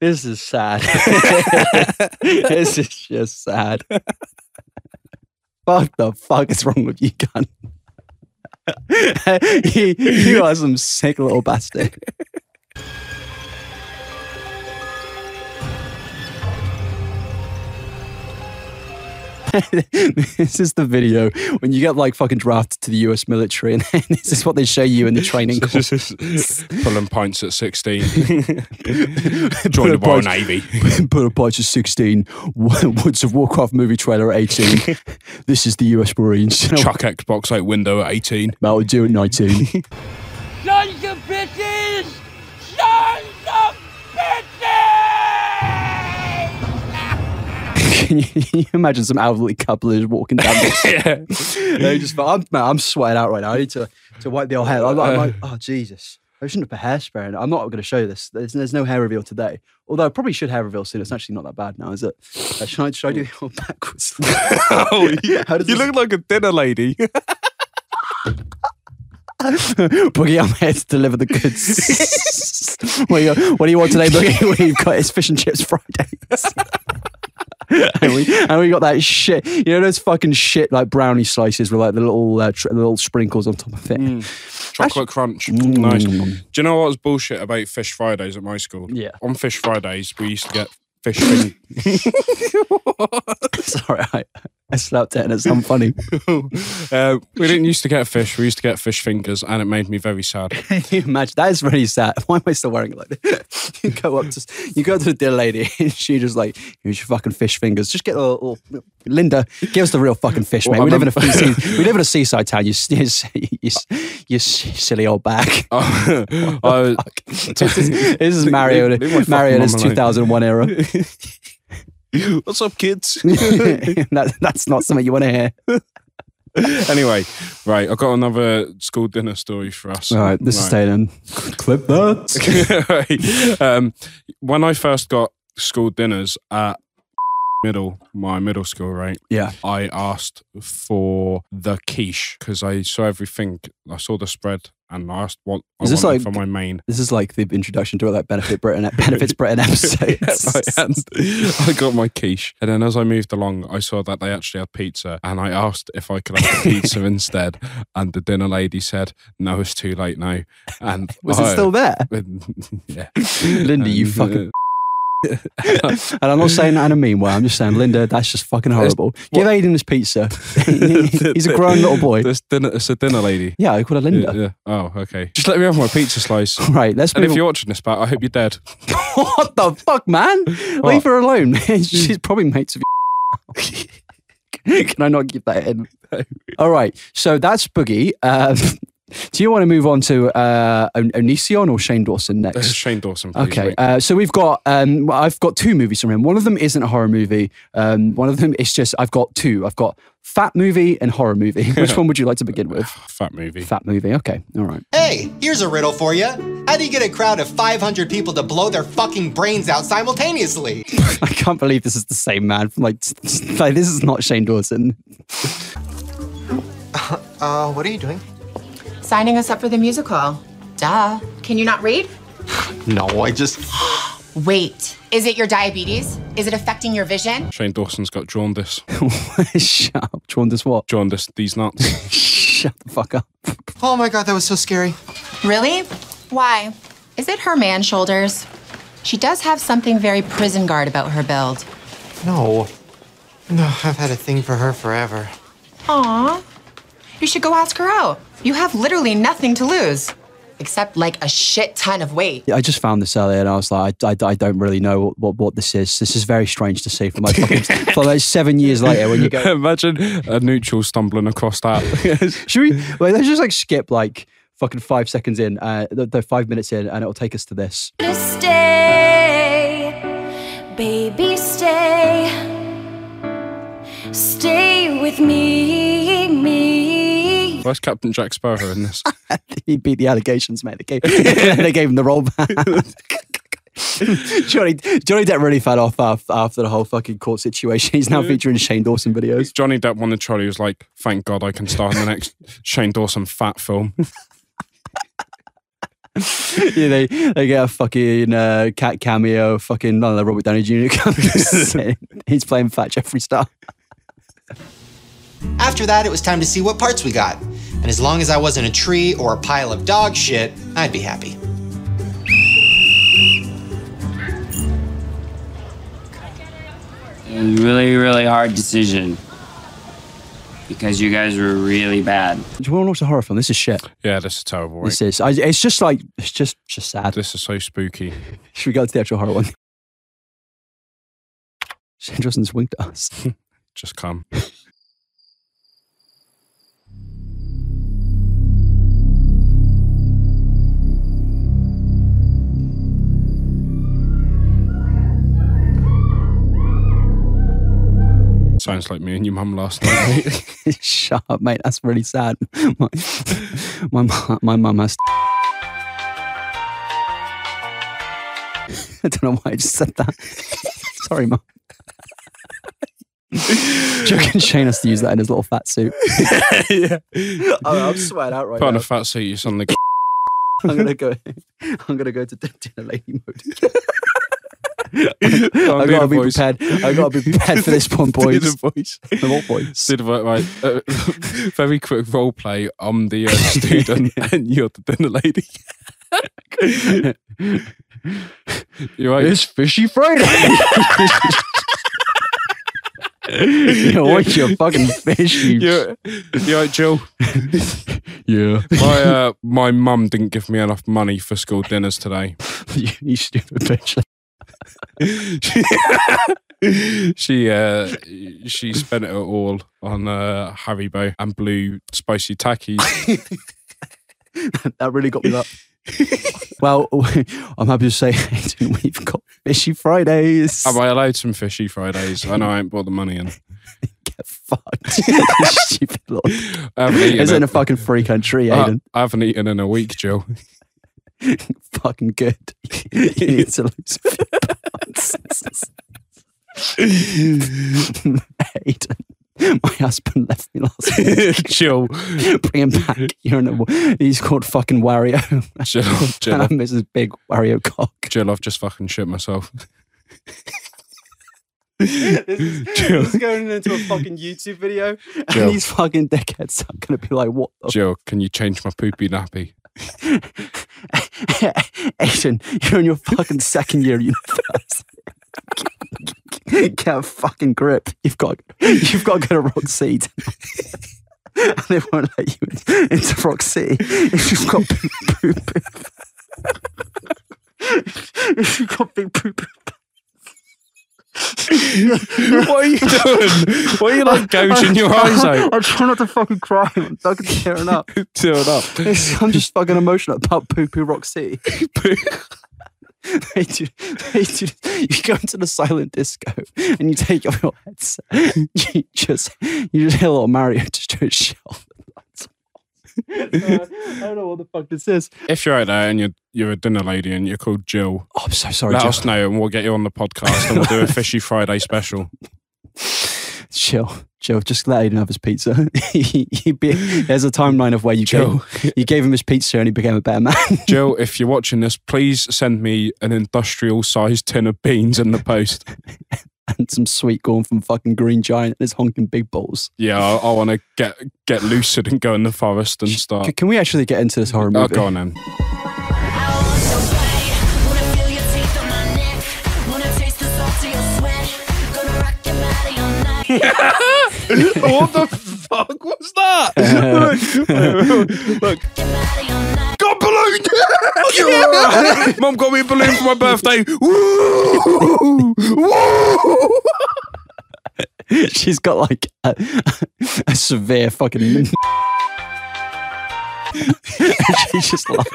[SPEAKER 1] this is sad. this is just sad. What the fuck is wrong with you, gun? you, you are some sick little bastard. this is the video when you get like fucking drafted to the US military, and then this is what they show you in the training course.
[SPEAKER 2] Pulling pints at 16. Join the Royal
[SPEAKER 1] Pints.
[SPEAKER 2] Navy.
[SPEAKER 1] Put a bunch of 16, Woods of Warcraft movie trailer at 18. this is the US Marines.
[SPEAKER 2] Chuck Xbox out window at 18.
[SPEAKER 1] Mountain Dew at 19.
[SPEAKER 8] Sons of bitches! Sons of bitches!
[SPEAKER 1] Can you, can you imagine some elderly couple who's walking down this? They just, I'm, man, I'm sweating out right now. I need to, to wipe the old hair. I'm, I'm like,
[SPEAKER 2] Uh.
[SPEAKER 1] oh, Jesus. I shouldn't have put hairspray in it. I'm not going to show you this. There's, there's no hair reveal today. Although I probably should hair reveal soon. It's actually not that bad now, is it? Uh, should, I, should I do the old backwards?
[SPEAKER 2] Oh,
[SPEAKER 1] How does
[SPEAKER 2] you
[SPEAKER 1] this-
[SPEAKER 2] look like a dinner lady.
[SPEAKER 1] Boogie, I'm here to deliver the goods. what, do you, what do you want today, Boogie? We've got it's fish and chips Fridays. and, we, and we got that shit. You know those fucking shit like brownie slices with like the little uh, tr- the little sprinkles on top of it.
[SPEAKER 2] Chocolate crunch.
[SPEAKER 1] Mm.
[SPEAKER 2] Nice. Do you know what was bullshit about Fish Fridays at my school?
[SPEAKER 1] Yeah.
[SPEAKER 2] On Fish Fridays, we used to get fish. fin-
[SPEAKER 1] Sorry, I, I slapped it and it's unfunny.
[SPEAKER 2] uh, we didn't used to get fish. We used to get fish fingers, and it made me very sad.
[SPEAKER 1] Can you imagine? That is really sad. Why am I still wearing it like this? You go up to you go to the dear lady and she just like, here's your fucking fish fingers. Just get a little, little- Linda, give us the real fucking fish, mate.
[SPEAKER 2] I
[SPEAKER 1] we live in a
[SPEAKER 2] remember-
[SPEAKER 1] sea, we live in a seaside town, you s- you, s- you, s- you s- silly old bag.
[SPEAKER 2] Oh, I,
[SPEAKER 1] Oh, this, is, this is Mario
[SPEAKER 2] leave my fucking
[SPEAKER 1] Mario in his
[SPEAKER 2] mum alone.
[SPEAKER 1] 2001 era.
[SPEAKER 2] What's up, kids?
[SPEAKER 1] that, that's not something you want to hear.
[SPEAKER 2] anyway, right. I've got another school dinner story for us.
[SPEAKER 1] All right, this is Taylor. Clip that.
[SPEAKER 2] Right. um, when I first got school dinners at middle, my middle school, right?
[SPEAKER 1] Yeah.
[SPEAKER 2] I asked for the quiche because I saw everything. I saw the spread and I asked what
[SPEAKER 1] Is
[SPEAKER 2] I
[SPEAKER 1] this
[SPEAKER 2] wanted
[SPEAKER 1] like-
[SPEAKER 2] for my main.
[SPEAKER 1] This is like the introduction to all that benefit Britain benefits Britain episode.
[SPEAKER 2] I had- I got my quiche, and then as I moved along, I saw that they actually had pizza, and I asked if I could have the pizza instead, and the dinner lady said, "No, it's too late now." And
[SPEAKER 1] Was
[SPEAKER 2] I-
[SPEAKER 1] it still there?
[SPEAKER 2] yeah.
[SPEAKER 1] Linda, you
[SPEAKER 2] And, uh,
[SPEAKER 1] fucking. and I'm not saying that in a mean way. I'm just saying, Linda, that's just fucking horrible. Give Aiden his pizza. He's a grown little boy.
[SPEAKER 2] This dinner, it's a dinner lady.
[SPEAKER 1] Yeah, I call her
[SPEAKER 2] Yeah,
[SPEAKER 1] Linda.
[SPEAKER 2] yeah. Oh, okay. Just let me have my pizza slice.
[SPEAKER 1] Right, let's
[SPEAKER 2] And
[SPEAKER 1] move.
[SPEAKER 2] if
[SPEAKER 1] on.
[SPEAKER 2] you're watching this, Pat, I hope you're dead.
[SPEAKER 1] what the fuck, man? Leave
[SPEAKER 2] What?
[SPEAKER 1] her alone. She's probably mates with you. Can I not keep that in? All right, so that's Boogie. Um, do you want to move on to uh, On- Onision or Shane Dawson next?
[SPEAKER 2] Shane Dawson. Please,
[SPEAKER 1] Okay,
[SPEAKER 2] mate.
[SPEAKER 1] uh, so we've got um, well, I've got two movies from him. One of them isn't a horror movie. Um, one of them is just I've got two. I've got fat movie and horror movie. Which one would you like to begin with?
[SPEAKER 2] Ah, Fat movie.
[SPEAKER 1] Fat movie. Okay, all right.
[SPEAKER 9] Hey, here's a riddle for you. How do you get a crowd of 500 people to blow their fucking brains out simultaneously?
[SPEAKER 1] I can't believe this is the same man. From like, like this is not Shane Dawson.
[SPEAKER 9] Uh, what are you doing?
[SPEAKER 10] Signing us up for the musical. Duh. Can you not read?
[SPEAKER 9] No, I just.
[SPEAKER 10] Wait. Is it your diabetes? Is it affecting your vision?
[SPEAKER 2] Shane Dawson's got jaundice.
[SPEAKER 1] Shut up. John does what?
[SPEAKER 2] Jaundice. These nuts.
[SPEAKER 1] Shut the fuck up.
[SPEAKER 9] Oh my god, that was so scary.
[SPEAKER 10] Really? Why? Is it her man shoulders? She does have something very prison guard about her build.
[SPEAKER 9] No. No, I've had a thing for her forever.
[SPEAKER 10] Aw. You should go ask her out. You have literally nothing to lose. Except like a shit ton of weight.
[SPEAKER 1] I just found this earlier and I was like, I, I, I don't really know what, what, what this is. This is very strange to see for my fucking, for like seven years later when you go,
[SPEAKER 2] Imagine a neutral stumbling across that.
[SPEAKER 1] should we, wait, let's just like skip like fucking five seconds in, uh, th- th- five minutes in and it'll take us to this.
[SPEAKER 11] to stay, baby, stay, stay with me, me.
[SPEAKER 2] Where's Captain Jack Sparrow in this?
[SPEAKER 1] he beat the allegations, mate. They gave, they gave him the roll back. Johnny, Johnny Depp really fell off af- after the whole fucking court situation. He's now featuring Shane Dawson videos.
[SPEAKER 2] Johnny Depp wanted Charlie. He was like, "Thank God I can star in the next Shane Dawson fat film."
[SPEAKER 1] yeah, they they get a fucking uh, cat cameo. Fucking none of the Robert Downey Jr. comes. in. He's playing Fat Jeffrey Star.
[SPEAKER 9] After that, it was time to see what parts we got. And as long as I wasn't a tree or a pile of dog shit, I'd be happy.
[SPEAKER 12] A really, really hard decision. Because you guys were really bad.
[SPEAKER 1] Do you want to watch a horror film? This is shit.
[SPEAKER 2] yeah, this is terrible. Right?
[SPEAKER 1] This is. I, it's just like it's just just sad.
[SPEAKER 2] This is so spooky.
[SPEAKER 1] Should we go to the actual horror one? Shane Dawson's winked at us.
[SPEAKER 2] Just come. Sounds like me and your mum last night. mate.
[SPEAKER 1] Shut up, mate. That's really sad. My my mu- my mum has. I don't know why I just said that. Sorry, mum. Joking Shane has to use that in his little fat suit.
[SPEAKER 2] yeah.
[SPEAKER 1] Oh, I'm, I'm sweating out right
[SPEAKER 2] Put on a fat suit, you suddenly got
[SPEAKER 1] I'm gonna go. I'm gonna go to dinner lady mode. I
[SPEAKER 2] do
[SPEAKER 1] gotta
[SPEAKER 2] the
[SPEAKER 1] be
[SPEAKER 2] voice.
[SPEAKER 1] prepared. I gotta be prepared for this one,
[SPEAKER 2] Do
[SPEAKER 1] boys.
[SPEAKER 2] the voice.
[SPEAKER 1] The what boys?
[SPEAKER 2] Did work, right. Uh, very quick role play. I'm the uh, student and you're the dinner lady. you're right.
[SPEAKER 1] It's Fishy Friday. Yo, what's your fucking fishy?
[SPEAKER 2] You're, you're right, Jill.
[SPEAKER 1] Yeah.
[SPEAKER 2] My uh, my mum didn't give me enough money for school dinners today.
[SPEAKER 1] you, you stupid bitch.
[SPEAKER 2] She uh, she spent it all on uh, Haribo and blue spicy tackies.
[SPEAKER 1] That really got me up. well, I'm happy to say Hayden, we've got fishy Fridays.
[SPEAKER 2] Have I allowed some fishy Fridays? I know I ain't bought the money in.
[SPEAKER 1] Get fucked. You stupid lord.
[SPEAKER 2] I haven't eaten
[SPEAKER 1] Is it in a
[SPEAKER 2] it.
[SPEAKER 1] fucking free country,
[SPEAKER 2] I-
[SPEAKER 1] Aiden?
[SPEAKER 2] I haven't eaten in a week, Jill.
[SPEAKER 1] fucking good. you need to lose a few pounds. Hayden. My husband left me last night.
[SPEAKER 2] Chill.
[SPEAKER 1] Bring him back. You're in a, he's called fucking Wario.
[SPEAKER 2] Chill, chill.
[SPEAKER 1] And I miss his big Wario cock.
[SPEAKER 2] Jill, I've just fucking shit myself.
[SPEAKER 1] Jill. He's going into a fucking YouTube video. And
[SPEAKER 2] Jill.
[SPEAKER 1] these fucking dickheads are going to be like, what the
[SPEAKER 2] Jill, can you change my poopy nappy?
[SPEAKER 1] Asian, you're in your fucking second year at university. Get a fucking grip. You've got you've got to go to Rock City. tonight. and they won't let you in- into Rock City if you've got big poo poo. if you've got big poo poo. what
[SPEAKER 2] are you doing? Why are you like gouging your eyes out?
[SPEAKER 1] I'm trying not to fucking cry. I'm fucking tearing up.
[SPEAKER 2] Tearing up.
[SPEAKER 1] It's- I'm just fucking emotional about Poo Poo Rock City. They do, they do, you go into the silent disco and you take off your headset. You just, you just hear a little Mario just do a shell. I don't know what the fuck this is.
[SPEAKER 2] If you're out there and you're you're a dinner lady and you're called Jill,
[SPEAKER 1] Oh, I'm so sorry,
[SPEAKER 2] Let
[SPEAKER 1] Jill.
[SPEAKER 2] us know and we'll get you on the podcast and we'll do a Fishy Friday special.
[SPEAKER 1] Chill, Joe. Just let Aiden have his pizza. he, he be, there's a timeline of where you
[SPEAKER 2] Joe.
[SPEAKER 1] gave, you gave him his pizza and he became a better man.
[SPEAKER 2] Jill, if you're watching this, please send me an industrial sized tin of beans in the post.
[SPEAKER 1] and some sweet corn from fucking Green Giant and his honking big balls.
[SPEAKER 2] Yeah, I, I want to get get lucid and go in the forest and
[SPEAKER 1] C-
[SPEAKER 2] start.
[SPEAKER 1] Can we actually get into this horror
[SPEAKER 2] Oh,
[SPEAKER 1] movie?
[SPEAKER 2] go on then.
[SPEAKER 8] what the fuck was that? look, wait, look. Got balloon!
[SPEAKER 2] Mum got me a balloon for my birthday.
[SPEAKER 8] Woo! Woo!
[SPEAKER 1] She's got like a, a severe fucking. and she just loves.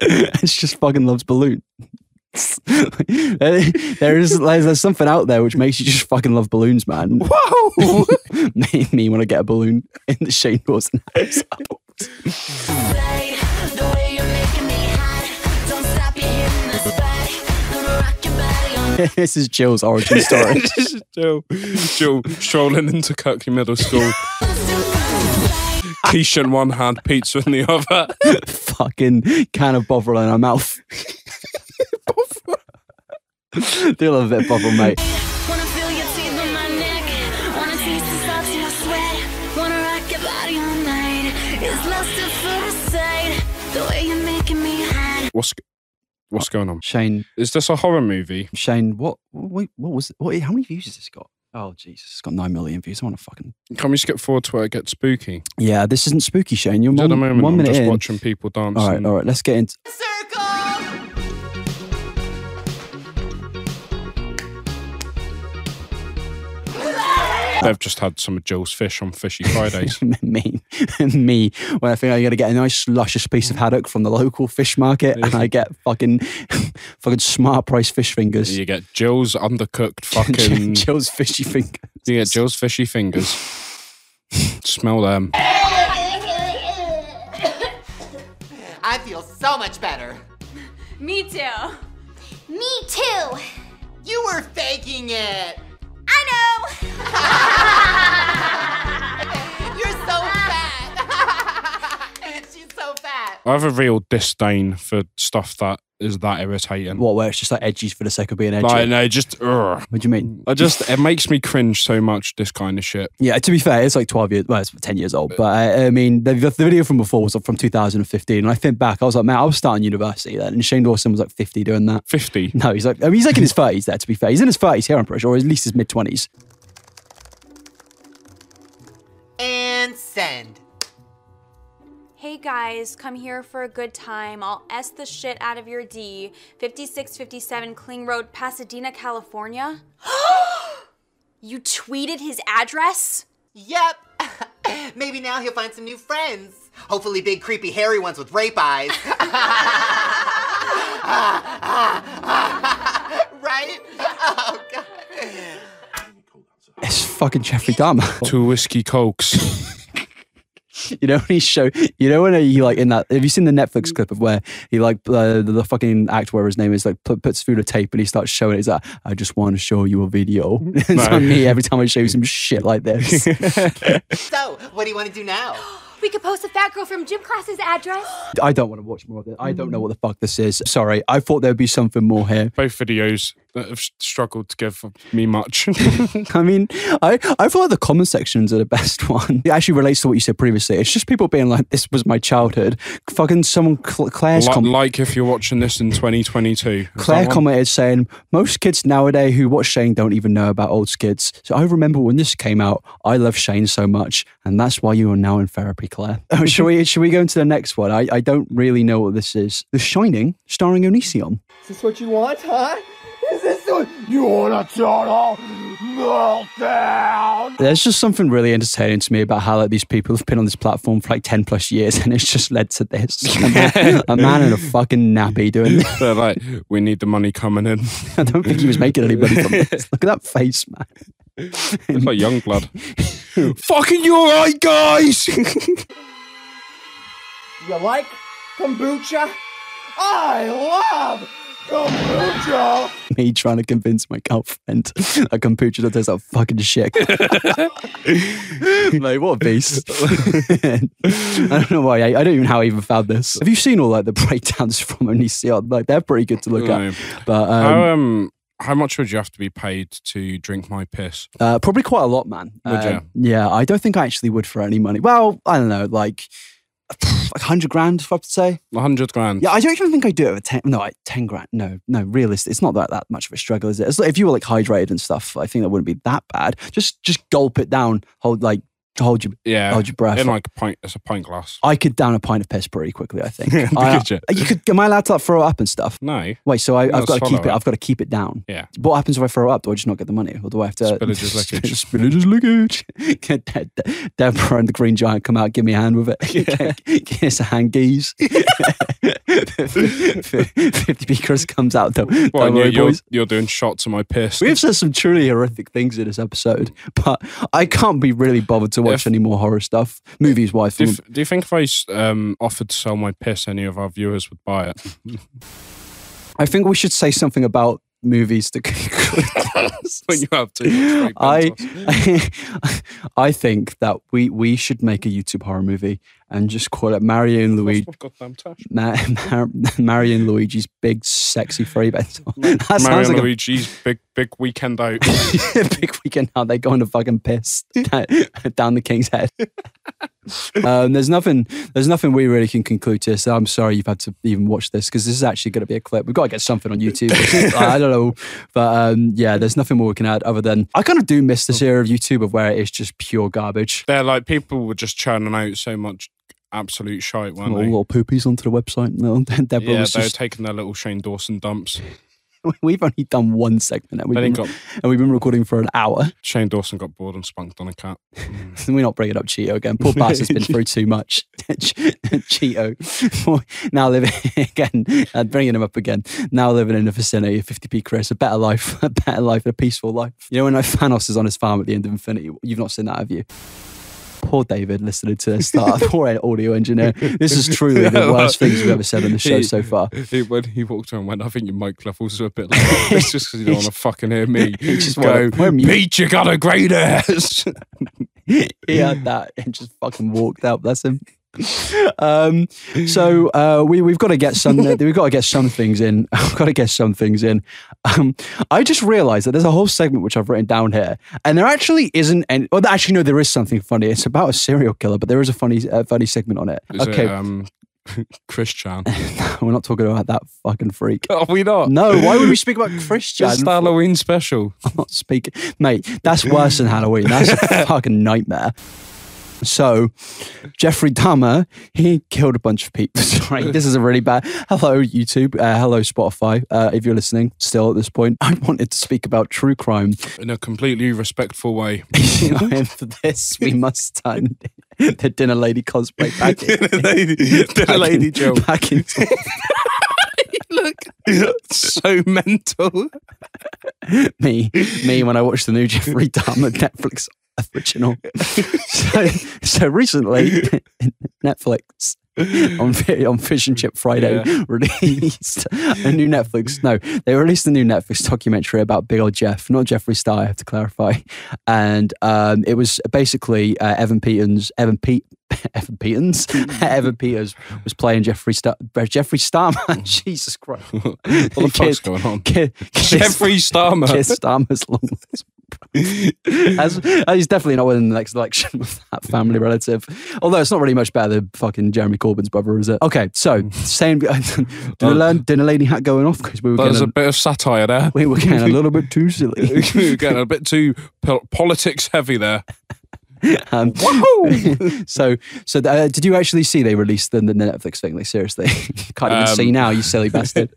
[SPEAKER 1] and she just fucking loves balloon. there, there is there's, there's something out there which makes you just fucking love balloons, man.
[SPEAKER 8] Whoa!
[SPEAKER 1] me, me when I get a balloon in the Shane Dawson house. this is Jill's origin story.
[SPEAKER 2] Jill, Jill strolling into Kirkley Middle School. Quiche in one hand, pizza in the other.
[SPEAKER 1] fucking can of bovril in her mouth. Do love a bit of bovril, mate.
[SPEAKER 2] What's what's going on?
[SPEAKER 1] Shane,
[SPEAKER 2] is this a horror movie?
[SPEAKER 1] Shane, what? Wait, what was? What, how many views has this got? Oh Jesus, it's got nine million views. I want to fucking.
[SPEAKER 2] Can we skip forward to where it gets spooky?
[SPEAKER 1] Yeah, this isn't spooky, Shane. You're
[SPEAKER 2] At
[SPEAKER 1] one,
[SPEAKER 2] the moment,
[SPEAKER 1] one
[SPEAKER 2] I'm
[SPEAKER 1] minute
[SPEAKER 2] just
[SPEAKER 1] in.
[SPEAKER 2] watching people dance.
[SPEAKER 1] All right,
[SPEAKER 2] and-
[SPEAKER 1] all right. Let's get into.
[SPEAKER 2] They've just had some of Jill's fish on Fishy Fridays.
[SPEAKER 1] me, me, when I think I'm gonna get a nice luscious piece of haddock from the local fish market, and I get fucking, fucking smart price fish fingers.
[SPEAKER 2] you get Jill's undercooked fucking.
[SPEAKER 1] Jill's fishy fingers.
[SPEAKER 2] You get Jill's fishy fingers. Smell them.
[SPEAKER 10] I feel so much better.
[SPEAKER 11] Me too.
[SPEAKER 5] Me too.
[SPEAKER 10] You were faking it. I know. You're so fat. She's so fat.
[SPEAKER 2] I have a real disdain for stuff that is that irritating.
[SPEAKER 1] What? Where it's just like edgy for the sake of being edgy.
[SPEAKER 2] Like, no, just. Ugh.
[SPEAKER 1] What do you mean?
[SPEAKER 2] I just. It makes me cringe so much. This kind of shit.
[SPEAKER 1] Yeah, to be fair, it's like 12 years, well, it's 10 years old. But I, I mean, the, the video from before was from 2015. And I think back, I was like, man, I was starting university then. And Shane Dawson was like 50 doing that.
[SPEAKER 2] 50?
[SPEAKER 1] No, he's like, I mean, he's like in his 30s there, to be fair. He's in his 30s here, I'm pretty sure, or at least his mid 20s.
[SPEAKER 10] And send.
[SPEAKER 11] Hey guys, come here for a good time. I'll S the shit out of your D. 5657 Kling Road, Pasadena, California. you tweeted his address?
[SPEAKER 10] Yep. Maybe now he'll find some new friends. Hopefully, big, creepy, hairy ones with rape eyes. right? Oh, God.
[SPEAKER 1] It's fucking Jeffrey Dahmer.
[SPEAKER 2] Two whiskey cokes.
[SPEAKER 1] You know when he show, you know when he like in that. Have you seen the Netflix clip of where he like uh, the, the fucking actor, where his name is, like put, puts through the tape and he starts showing it. He's like, I just want to show you a video. it's
[SPEAKER 8] No.
[SPEAKER 1] on me every time I show you some shit like this.
[SPEAKER 13] So, what do you want to do now? we could post a fat girl from gym class's address.
[SPEAKER 1] I don't want to watch more of it. I don't know what the fuck this is. Sorry, I thought there'd be something more here.
[SPEAKER 2] Both videos that have struggled to give me much.
[SPEAKER 1] I mean, I, I feel like the comment sections are the best one. It actually relates to what you said previously. It's just people being like, this was my childhood. Fucking someone, Cl- Claire's
[SPEAKER 2] like,
[SPEAKER 1] comment.
[SPEAKER 2] like if you're watching this in 2022. Is that
[SPEAKER 1] Claire
[SPEAKER 2] one?
[SPEAKER 1] commented saying, most kids nowadays who watch Shane don't even know about old skids. So I remember when this came out, I love Shane so much. And that's why you are now in therapy, Claire. Oh, should, we, should we go into the next one? I, I don't really know what this is. The Shining, starring Onision.
[SPEAKER 13] Is this what you want, huh? Is this what
[SPEAKER 8] You wanna total meltdown?
[SPEAKER 1] There's just something really entertaining to me about how like these people have been on this platform for like 10 plus years and it's just led to this. A man, a man in a fucking nappy doing this.
[SPEAKER 2] They're like, we need the money coming in.
[SPEAKER 1] I don't think he was making any money from this. Look at that face, man.
[SPEAKER 2] It's like young blood.
[SPEAKER 8] Fucking you alright, guys?
[SPEAKER 13] you like? Kombucha?
[SPEAKER 8] I love kombucha!
[SPEAKER 1] Me trying to convince my girlfriend a computer that does that fucking shit. like, what a beast. I don't know why. I, I don't even know how I even found this. Have you seen all like the breakdowns from Onision? Like, they're pretty good to look
[SPEAKER 2] No.
[SPEAKER 1] at. But um,
[SPEAKER 2] how, um, how much would you have to be paid to drink my piss?
[SPEAKER 1] Uh, probably quite a lot, man.
[SPEAKER 2] Would
[SPEAKER 1] Uh, Yeah, I don't think I actually would for any money. Well, I don't know, like like hundred grand, if I would say.
[SPEAKER 2] 100 grand.
[SPEAKER 1] Yeah, I don't even think I do it with ten. No, I, ten grand. No, no, realistic. It's not that that much of a struggle, is it? It's like if you were like hydrated and stuff, I think that wouldn't be that bad. Just just gulp it down. Hold like hold your
[SPEAKER 2] Yeah.
[SPEAKER 1] hold your breath. Oh.
[SPEAKER 2] In like a pint, it's a pint glass.
[SPEAKER 1] I could down a pint of piss pretty quickly. I think. I,
[SPEAKER 2] Could you?
[SPEAKER 1] you could. Am I allowed to like, throw it up and stuff?
[SPEAKER 2] No.
[SPEAKER 1] Wait, so I,
[SPEAKER 2] No,
[SPEAKER 1] I've got to keep
[SPEAKER 2] swallow
[SPEAKER 1] it.
[SPEAKER 2] it.
[SPEAKER 1] I've got to keep it down.
[SPEAKER 2] Yeah.
[SPEAKER 1] What happens if I throw up? Do I just not get the money, or do I have to
[SPEAKER 2] Spillage is leakage.
[SPEAKER 1] Spillage is leakage. Get De- De- Deborah and the Green Giant come out, give me a hand with it. Get, get us a hand geese. Fifty B Chris comes out though. Don't
[SPEAKER 2] Well,
[SPEAKER 1] worry,
[SPEAKER 2] and you're, you're,
[SPEAKER 1] boys.
[SPEAKER 2] you're doing shots of my piss.
[SPEAKER 1] We have said some truly horrific things in this episode, but I can't be really bothered to watch any more horror stuff, movies wise.
[SPEAKER 2] Do you, f- do you think if I s- um, offered to sell my piss, any of our viewers would buy it?
[SPEAKER 1] I think we should say something about movies that
[SPEAKER 2] when you have to.
[SPEAKER 1] I, I think that we we should make a YouTube horror movie and just call it Mario and Luigi.
[SPEAKER 2] Goddamn Tash.
[SPEAKER 1] Ma- Mar- Mario and Luigi's big sexy free bed. that
[SPEAKER 2] Mario
[SPEAKER 1] sounds
[SPEAKER 2] and
[SPEAKER 1] like a
[SPEAKER 2] Luigi's big big weekend out.
[SPEAKER 1] big weekend how they go on a fucking piss down- down the king's head. um, there's nothing. There's nothing we really can conclude to. So I'm sorry you've had to even watch this because this is actually going to be a clip. We've got to get something on YouTube. I don't know, but um, yeah, there's nothing more we can add other than I kind of do miss this era of YouTube of where it is just pure garbage.
[SPEAKER 2] They're like people were just churning out so much absolute shite, weren't
[SPEAKER 1] Little,
[SPEAKER 2] they?
[SPEAKER 1] little poopies onto the website. No, Deborah
[SPEAKER 2] yeah,
[SPEAKER 1] was
[SPEAKER 2] they were
[SPEAKER 1] just
[SPEAKER 2] taking their little Shane Dawson dumps.
[SPEAKER 1] We've only done one segment and we've,
[SPEAKER 2] Then
[SPEAKER 1] been,
[SPEAKER 2] it got-
[SPEAKER 1] and we've been recording for an hour.
[SPEAKER 2] Shane Dawson got bored and spunked on a cat.
[SPEAKER 1] Can we not bring it up Cheeto again? Poor bastard's been through too much. Cheeto. now living again, uh, bringing him up again. Now living in the vicinity of 50p Chris, a better life, a better life, a peaceful life. You know, when like, Thanos is on his farm at the end of Infinity, you've not seen that, have you? Poor David listening to this start. Poor audio engineer. This is truly the worst things we've ever said on the show
[SPEAKER 2] He-
[SPEAKER 1] so far.
[SPEAKER 2] He, when he walked on, went, I think your mic levels are a bit low. it's just because you don't want to fucking hear me.
[SPEAKER 1] just
[SPEAKER 2] go,
[SPEAKER 1] wanna- we're mute.
[SPEAKER 2] Pete, you got a great ass.
[SPEAKER 1] he had that and just fucking walked out. Bless him. Um, so uh, we we've got to get some we've got to get some things in. We've got to get some things in. Um, I just realised that there's a whole segment which I've written down here, and there actually isn't. And well, actually, no, there is something funny. It's about a serial killer, but there is a funny uh, funny segment on it.
[SPEAKER 2] Is
[SPEAKER 1] okay,
[SPEAKER 2] it um, Chris Chan?
[SPEAKER 1] we're not talking about that fucking freak.
[SPEAKER 2] Are we not?
[SPEAKER 1] No, why would we speak about Christian?
[SPEAKER 2] It's the Halloween special.
[SPEAKER 1] I'm not speaking, mate. That's worse than Halloween. That's a fucking nightmare. So, Jeffrey Dahmer, he killed a bunch of people. Sorry, this is a really bad. Hello, YouTube. Uh, hello, Spotify. Uh, if you're listening still at this point, I wanted to speak about true crime.
[SPEAKER 2] In a completely respectful way.
[SPEAKER 1] and for this, we must turn the dinner lady cosplay back in.
[SPEAKER 2] Dinner lady
[SPEAKER 1] Joe.
[SPEAKER 2] joke.
[SPEAKER 1] Back in.
[SPEAKER 2] Look, so mental.
[SPEAKER 1] me, me when I watched the new Jeffrey Dahmer Netflix original. so, so recently, Netflix on fi- on Fish and Chip Friday
[SPEAKER 14] Yeah.
[SPEAKER 1] released a new Netflix. No, they released a new Netflix documentary about Big Old Jeff, not Jeffree Star. I have to clarify, and um, it was basically uh, Evan Peters. Evan Pete. Evan Peters. Evan Peters was playing Jeffrey Star. Jeffrey Starman. Jesus Christ! what
[SPEAKER 2] the fuck's going on? Jeffrey Starmer.
[SPEAKER 1] Keir Starmer's long lost brother. That's- uh, he's definitely not winning the next election with that family relative. Although it's not really much better than fucking Jeremy Corbyn's brother, is it? Okay, so same. Did I learn did I lady hat going off because we were
[SPEAKER 2] There's a
[SPEAKER 1] getting,
[SPEAKER 2] bit of satire there.
[SPEAKER 1] we were getting a little bit too silly.
[SPEAKER 2] You're getting a bit too pol- politics heavy there.
[SPEAKER 1] Um, so, so uh, did you actually see they released the, the Netflix thing? Like seriously, can't even
[SPEAKER 2] Um,
[SPEAKER 1] see now, you silly bastard.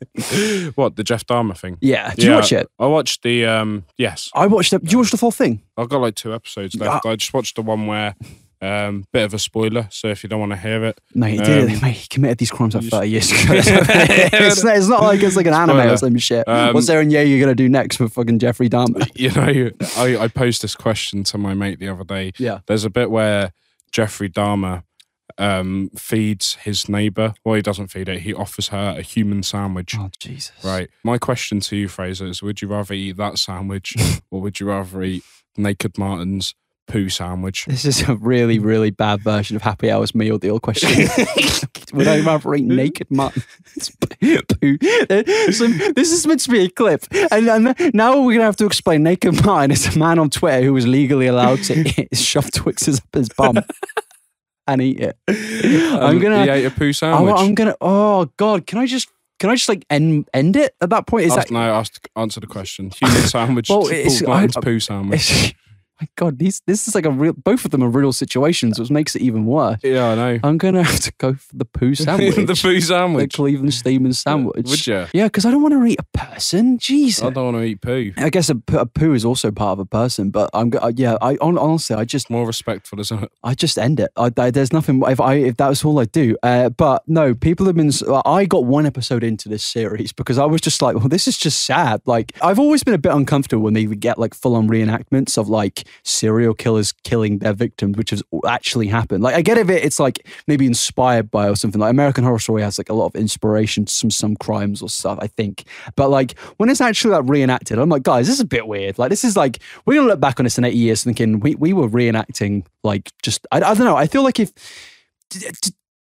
[SPEAKER 2] What the Jeff Dahmer thing?
[SPEAKER 1] Yeah. Did you watch it?
[SPEAKER 2] I watched the um. Yes,
[SPEAKER 1] I watched it. You watched the full thing.
[SPEAKER 2] I've got like two episodes
[SPEAKER 1] Ah.
[SPEAKER 2] left. I just watched the one where um bit of a spoiler. So if you don't want to hear it,
[SPEAKER 1] Mate, he
[SPEAKER 2] um,
[SPEAKER 1] did it. Mate, he committed these crimes like 30 years ago. it's, not, it's not like it's like an anime
[SPEAKER 2] Spoiler.
[SPEAKER 1] or some shit.
[SPEAKER 2] Um,
[SPEAKER 1] What's there in yeah you're gonna do next with fucking Jeffrey Dahmer?
[SPEAKER 2] you know, I, I posed this question to my mate the other day.
[SPEAKER 1] Yeah.
[SPEAKER 2] There's a bit where Jeffrey Dahmer um, feeds his neighbor. Well, he doesn't feed it. He offers her a human sandwich. Oh,
[SPEAKER 1] Jesus.
[SPEAKER 2] Right. My question to you, Fraser, is would you rather eat that sandwich or would you rather eat Naked Martin's poo sandwich?
[SPEAKER 1] This is a really, really bad version of Happy Hours meal deal question. Would I rather eat naked mutton? Poo. Uh, so this is meant to be a clip, and, and now we're gonna have to explain naked mutton is a man on Twitter who was legally allowed to shove Twixes up his bum and eat it. I'm
[SPEAKER 2] Um,
[SPEAKER 1] gonna
[SPEAKER 2] He ate a poo
[SPEAKER 1] I-
[SPEAKER 2] sandwich.
[SPEAKER 1] I'm gonna. Oh God, can I just can I just like end end it at that point? Is
[SPEAKER 2] Ask-
[SPEAKER 1] that
[SPEAKER 2] no, ask, answer the question. Human sandwich,
[SPEAKER 1] Well,
[SPEAKER 2] well,
[SPEAKER 1] it's-
[SPEAKER 2] Martin's
[SPEAKER 1] I-
[SPEAKER 2] poo sandwich.
[SPEAKER 1] my God? These this is like a real. Both of them are real situations, which makes it even worse.
[SPEAKER 2] Yeah, I know.
[SPEAKER 1] I'm gonna have to go for the poo sandwich.
[SPEAKER 2] the poo
[SPEAKER 1] the
[SPEAKER 2] sandwich.
[SPEAKER 1] Cleveland Steamers sandwich.
[SPEAKER 2] Would you?
[SPEAKER 1] Yeah, because I don't want to eat a person. Jesus.
[SPEAKER 2] I don't want to eat poo.
[SPEAKER 1] I guess a, p- a poo is also part of a person, but I'm go- uh, yeah. I hon- honestly, I just
[SPEAKER 2] more respectful, isn't it?
[SPEAKER 1] I just end it. I, I- there's nothing if I if that was all I do. Uh, but no, people have been. s- I got one episode into this series because I was just like, well, this is just sad. Like I've always been a bit uncomfortable when they would get like full on reenactments of like serial killers killing their victims, which has actually happened. Like I get if it, it's like maybe inspired by or something. Like American Horror Story has like a lot of inspiration to some some crimes or stuff. I think, but like when it's actually like reenacted, I'm like, guys, this is a bit weird. Like this is like we're gonna look back on this in 80 years thinking we we were reenacting like just I, I don't know. I feel like if d- d-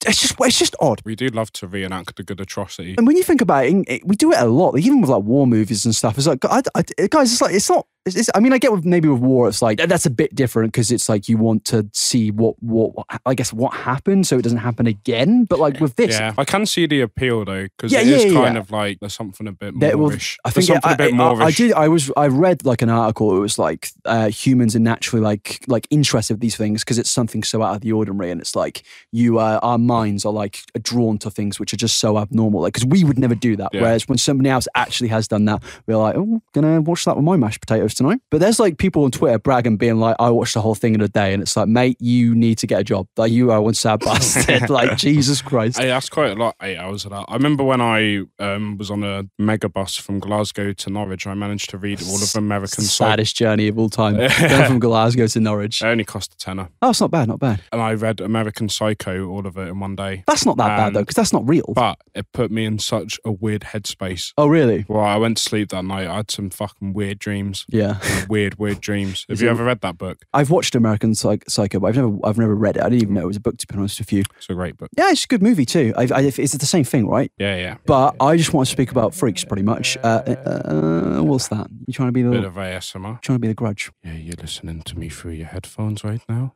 [SPEAKER 1] it's just it's just odd.
[SPEAKER 2] We do love to reenact a good atrocity.
[SPEAKER 1] And when you think about it, it, we do it a lot, like, even with like war movies and stuff. It's like, I, I- guys, it's like it's not. It's, it's- I mean, I get with maybe with war, it's like that's a bit different because it's like you want to see what, what I guess what happened, so it doesn't happen again. But like with this,
[SPEAKER 2] Yeah, I can see the appeal though, because
[SPEAKER 1] Yeah,
[SPEAKER 2] it is
[SPEAKER 1] yeah, yeah,
[SPEAKER 2] kind
[SPEAKER 1] yeah.
[SPEAKER 2] of like there's something a bit
[SPEAKER 1] There- well,
[SPEAKER 2] moorish.
[SPEAKER 1] I
[SPEAKER 2] There's
[SPEAKER 1] think yeah,
[SPEAKER 2] something a bit
[SPEAKER 1] I, I- I,
[SPEAKER 2] moorish.
[SPEAKER 1] did. I was. I read like an article. It was like uh, humans are naturally like like interested in these things because it's something so out of the ordinary, and it's like you uh, our minds are like drawn to things which are just so abnormal. Like because we would never do that.
[SPEAKER 14] Yeah.
[SPEAKER 1] Whereas when somebody else actually has done that, we're like, oh, gonna watch that with my mashed potatoes tonight. But there's like people on Twitter bragging, being like, I watched the whole thing in a day, and it's like, mate, you need to get a job. Like you are one sad bastard. like Jesus Christ.
[SPEAKER 2] Hey, that's quite a lot. Eight hours of that. I remember when I um, was on a mega bus from Glasgow to Norwich. I managed to read all of American Psycho.
[SPEAKER 1] Saddest journey of all time. Going from Glasgow to Norwich.
[SPEAKER 2] It only cost a tenner,
[SPEAKER 1] Oh, it's not bad, not bad.
[SPEAKER 2] and I read American Psycho all of it in one day.
[SPEAKER 1] That's not that bad though, because that's not real.
[SPEAKER 2] Um, But it put me in such a weird headspace.
[SPEAKER 1] Oh, really?
[SPEAKER 2] Well, I went to sleep that night. I had some fucking weird dreams.
[SPEAKER 1] Yeah.
[SPEAKER 2] Weird, weird dreams. Have
[SPEAKER 1] Is
[SPEAKER 2] you
[SPEAKER 1] it-
[SPEAKER 2] ever read that book?
[SPEAKER 1] I've watched American Psych- Psycho, but I've never, I've never read it. I didn't even know it was a book. To be honest with you,
[SPEAKER 2] It's a great book.
[SPEAKER 1] yeah, it's a good movie too. I, I, is it the same thing, right?
[SPEAKER 2] Yeah, yeah.
[SPEAKER 1] But I just want to speak about freaks, pretty much. Uh, uh, what's that? You trying to be the
[SPEAKER 2] Bit of ASMR.
[SPEAKER 1] trying to be the Grudge?
[SPEAKER 2] Yeah, you're listening to me through your headphones right now.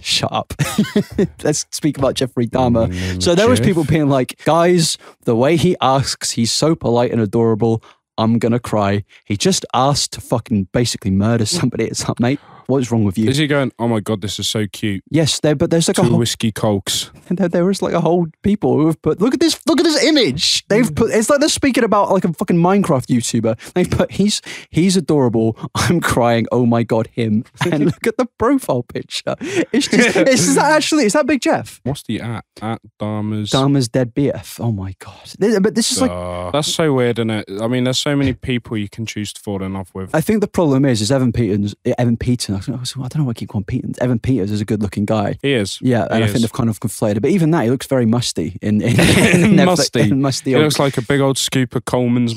[SPEAKER 1] Shut up. Let's speak about Jeffrey Dahmer. So there was
[SPEAKER 2] Mm, Jeff.
[SPEAKER 1] people being like, guys, the way he asks, he's so polite and adorable. I'm gonna cry. He just asked to fucking basically murder somebody. It's like, mate, what's wrong with you?
[SPEAKER 2] Is he going, oh my God, this is so cute?
[SPEAKER 1] Yes, there, but there's like a
[SPEAKER 2] Two
[SPEAKER 1] whole
[SPEAKER 2] whiskey cokes.
[SPEAKER 1] And there, there is like a whole people who have put look at this look at this image they've put it's like they're speaking about like a fucking Minecraft YouTuber they've put he's he's adorable I'm crying oh my god him and look at the profile picture it's just it's is that actually is that Big Jeff
[SPEAKER 2] What's the at? At Dharma's. Oh,
[SPEAKER 1] Dharma's dead BF oh my god This- but this is like
[SPEAKER 2] That's so weird, isn't it? I mean, there's so many people you can choose to fall in love with.
[SPEAKER 1] I think the problem is is Evan Peters Evan Peter I so- I don't know why I keep calling Pete. Evan Peters is a good looking guy.
[SPEAKER 2] He is.
[SPEAKER 1] Yeah, and
[SPEAKER 2] He
[SPEAKER 1] I
[SPEAKER 2] is.
[SPEAKER 1] think they've kind of conflated. But even that, he looks very musty in, in, in Netflix-
[SPEAKER 2] musty.
[SPEAKER 1] in musty
[SPEAKER 2] It
[SPEAKER 1] old-
[SPEAKER 2] looks like a big old scoop of Coleman's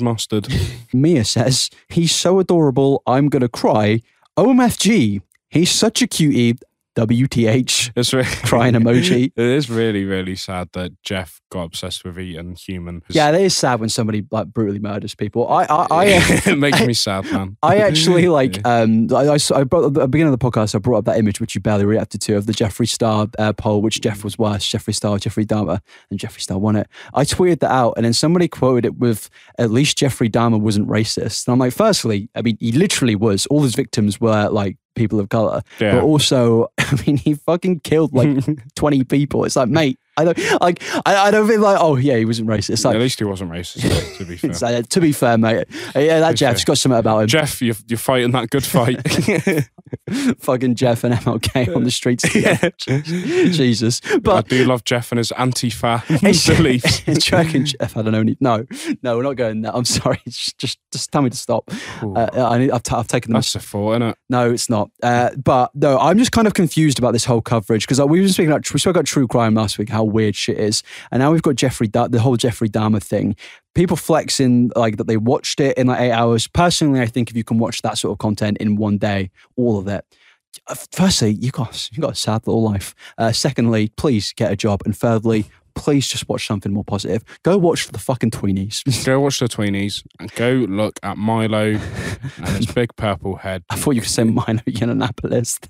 [SPEAKER 2] mustard.
[SPEAKER 1] Mia says, He's so adorable, I'm going to cry. OMFG, he's such a cutie. WTH,
[SPEAKER 2] It's re-
[SPEAKER 1] crying emoji.
[SPEAKER 2] It is really, really sad that Jeff got obsessed with eating human.
[SPEAKER 1] Yeah, that is sad when somebody like brutally murders people. I, I, I
[SPEAKER 2] it makes me sad, man.
[SPEAKER 1] I actually like. Um, I, I s- I brought at the beginning of the podcast. I brought up that image which you barely reacted to of the Jeffree Star uh, poll, which Jeff was worse, Jeffree Star, Jeffrey Dahmer, and Jeffree Star won it. I tweeted that out, and then somebody quoted it with, "At least Jeffrey Dahmer wasn't racist." And I'm like, firstly, I mean, he literally was. All his victims were like people of color,
[SPEAKER 2] Yeah.
[SPEAKER 1] but also, I mean, he fucking killed like 20 people. It's like, mate. I don't like. I, I don't think like. Oh yeah, he wasn't racist. Like,
[SPEAKER 2] At least he wasn't racist, to be fair.
[SPEAKER 1] it's like, to be fair, mate. Yeah, that Jeff's got something about him.
[SPEAKER 2] Jeff, you're, you're fighting that good fight.
[SPEAKER 1] fucking Jeff and MLK on the streets. together. Jesus.
[SPEAKER 2] I do love Jeff and his anti-fa
[SPEAKER 1] It's-
[SPEAKER 2] beliefs.
[SPEAKER 1] it's Jack and Jeff. I don't know. any- No, no, we're not going there. I'm sorry. Just, just, just tell me to stop. Uh, I need, I've, t- I've taken the
[SPEAKER 2] That's a thought, isn't it?
[SPEAKER 1] No, it's not. Uh, but no, I'm just kind of confused about this whole coverage because like, we were speaking about we spoke about true crime last week, how weird shit is, and now we've got Jeffrey da- the whole Jeffrey Dahmer thing. People flexing like that they watched it in like eight hours. Personally, I think if you can watch that sort of content in one day, all of it. uh, Firstly, you got you got a sad little life. Uh, secondly, please get a job, and thirdly, please just watch something more positive. Go watch the fucking Tweenies.
[SPEAKER 2] Go watch the Tweenies and go look at Milo and his big purple head.
[SPEAKER 1] I thought you could say Milo Yiannopoulos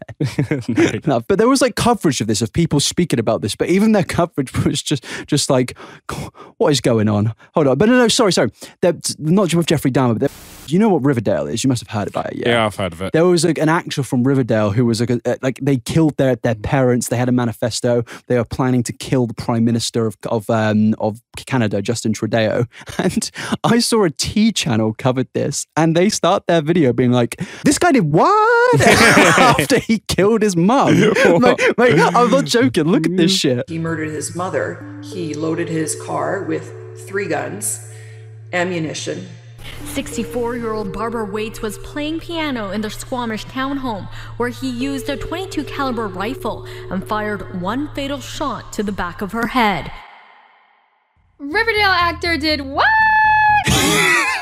[SPEAKER 1] then. no. but there was like coverage of this, of people speaking about this, but even their coverage was just just like, "God, what is going on? Hold on. But no, no, sorry, sorry. They're not with Jeffrey Dahmer, but they're- you know what Riverdale is? You must have heard about it,
[SPEAKER 2] Yeah. I've heard of it.
[SPEAKER 1] there was like an actor from Riverdale who was like, a, a- like they killed their
[SPEAKER 2] Mm.
[SPEAKER 1] their parents. They had a manifesto. They were planning to kill the prime minister of of um, of Canada, Justin Trudeau. And I saw a T channel covered this, and they start their video being like, "This guy did what after he killed his mum?" Mate, mate, I'm not joking. Look at this
[SPEAKER 2] Mm.
[SPEAKER 1] shit.
[SPEAKER 14] He murdered his mother. He loaded his car with three guns, ammunition.
[SPEAKER 15] 64 year old Barbara Waits was playing piano in their Squamish townhome where he used a 22 caliber rifle and fired one fatal shot to the back of her head.
[SPEAKER 16] Riverdale actor did what?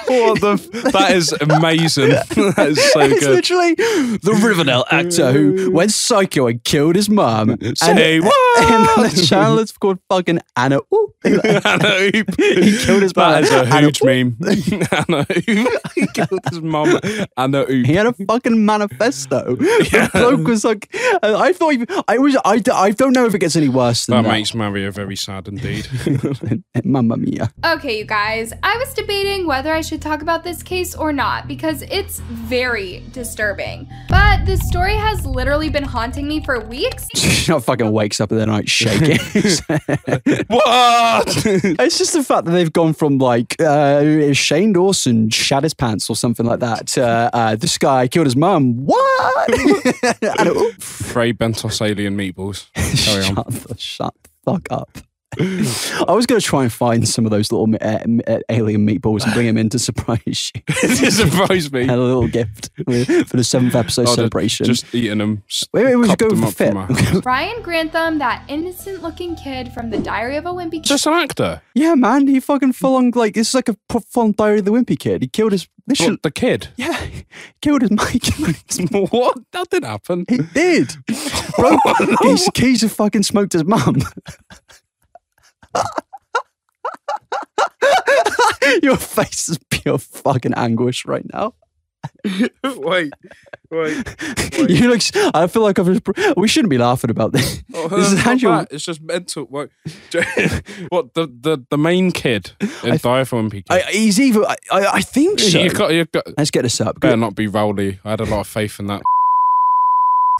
[SPEAKER 2] What the f- that is amazing. that is so
[SPEAKER 1] it's
[SPEAKER 2] good.
[SPEAKER 1] literally the Riverdale actor who went psycho and killed his mom.
[SPEAKER 2] Say
[SPEAKER 1] and,
[SPEAKER 2] what?
[SPEAKER 1] And the channel is called fucking Anna. Oop.
[SPEAKER 2] Anna Oop.
[SPEAKER 1] He killed his mom.
[SPEAKER 2] That is a
[SPEAKER 1] Anna
[SPEAKER 2] huge meme. Anna Oop. He killed his mum. Anna Oop.
[SPEAKER 1] He had a fucking manifesto. The bloke was like, I thought, he, I was, I, d- I don't know if it gets any worse than
[SPEAKER 2] That
[SPEAKER 1] that.
[SPEAKER 2] makes Mario very sad indeed.
[SPEAKER 1] Mamma mia.
[SPEAKER 16] Okay, you guys, I was debating whether I should talk about this case or not because it's very disturbing. But this story has literally been haunting me for weeks.
[SPEAKER 1] She fucking wakes up in the night shaking.
[SPEAKER 2] what?
[SPEAKER 1] it's just the fact that they've gone from like uh, Shane Dawson shat his pants or something like that to uh, this guy killed his mum. What? oh,
[SPEAKER 2] Frey Bentos alien meatballs. Carry on.
[SPEAKER 1] shut, the, shut the fuck up. I was going to try and find some of those little mi- uh, m- uh, alien meatballs and bring them in to surprise you.
[SPEAKER 2] to surprise me.
[SPEAKER 1] a little gift for the seventh episode
[SPEAKER 2] Oh, they're
[SPEAKER 1] celebration.
[SPEAKER 2] Just eating them.
[SPEAKER 1] Wait, wait, we should go
[SPEAKER 2] them
[SPEAKER 1] for
[SPEAKER 2] up from
[SPEAKER 1] fit.
[SPEAKER 2] a-
[SPEAKER 16] Ryan Grantham, that innocent looking kid from the Diary of a Wimpy Kid.
[SPEAKER 2] Just an actor.
[SPEAKER 1] yeah, man, he fucking full on like this is like a pro- full on Diary of the Wimpy kid. He killed his literally
[SPEAKER 2] What, the kid.
[SPEAKER 1] Yeah, he killed his mate.
[SPEAKER 2] what? That didn't happen.
[SPEAKER 1] He did. Bro,
[SPEAKER 2] Oh,
[SPEAKER 1] he's, he's a fucking smoked his mum. Your face is pure fucking anguish right now.
[SPEAKER 2] wait, wait.
[SPEAKER 1] You look. s- I feel like I've. just- We shouldn't be laughing about this.
[SPEAKER 2] Oh,
[SPEAKER 1] this is
[SPEAKER 2] that's not
[SPEAKER 1] Andrew.
[SPEAKER 2] bad. It's just mental. What, what the, the, the main kid in Dire for Wimpy Kid?
[SPEAKER 1] I, he's either. I, I, I think so.
[SPEAKER 2] You got, you got,
[SPEAKER 1] Let's get this up.
[SPEAKER 2] better not be Rowley. I had a lot of faith in that.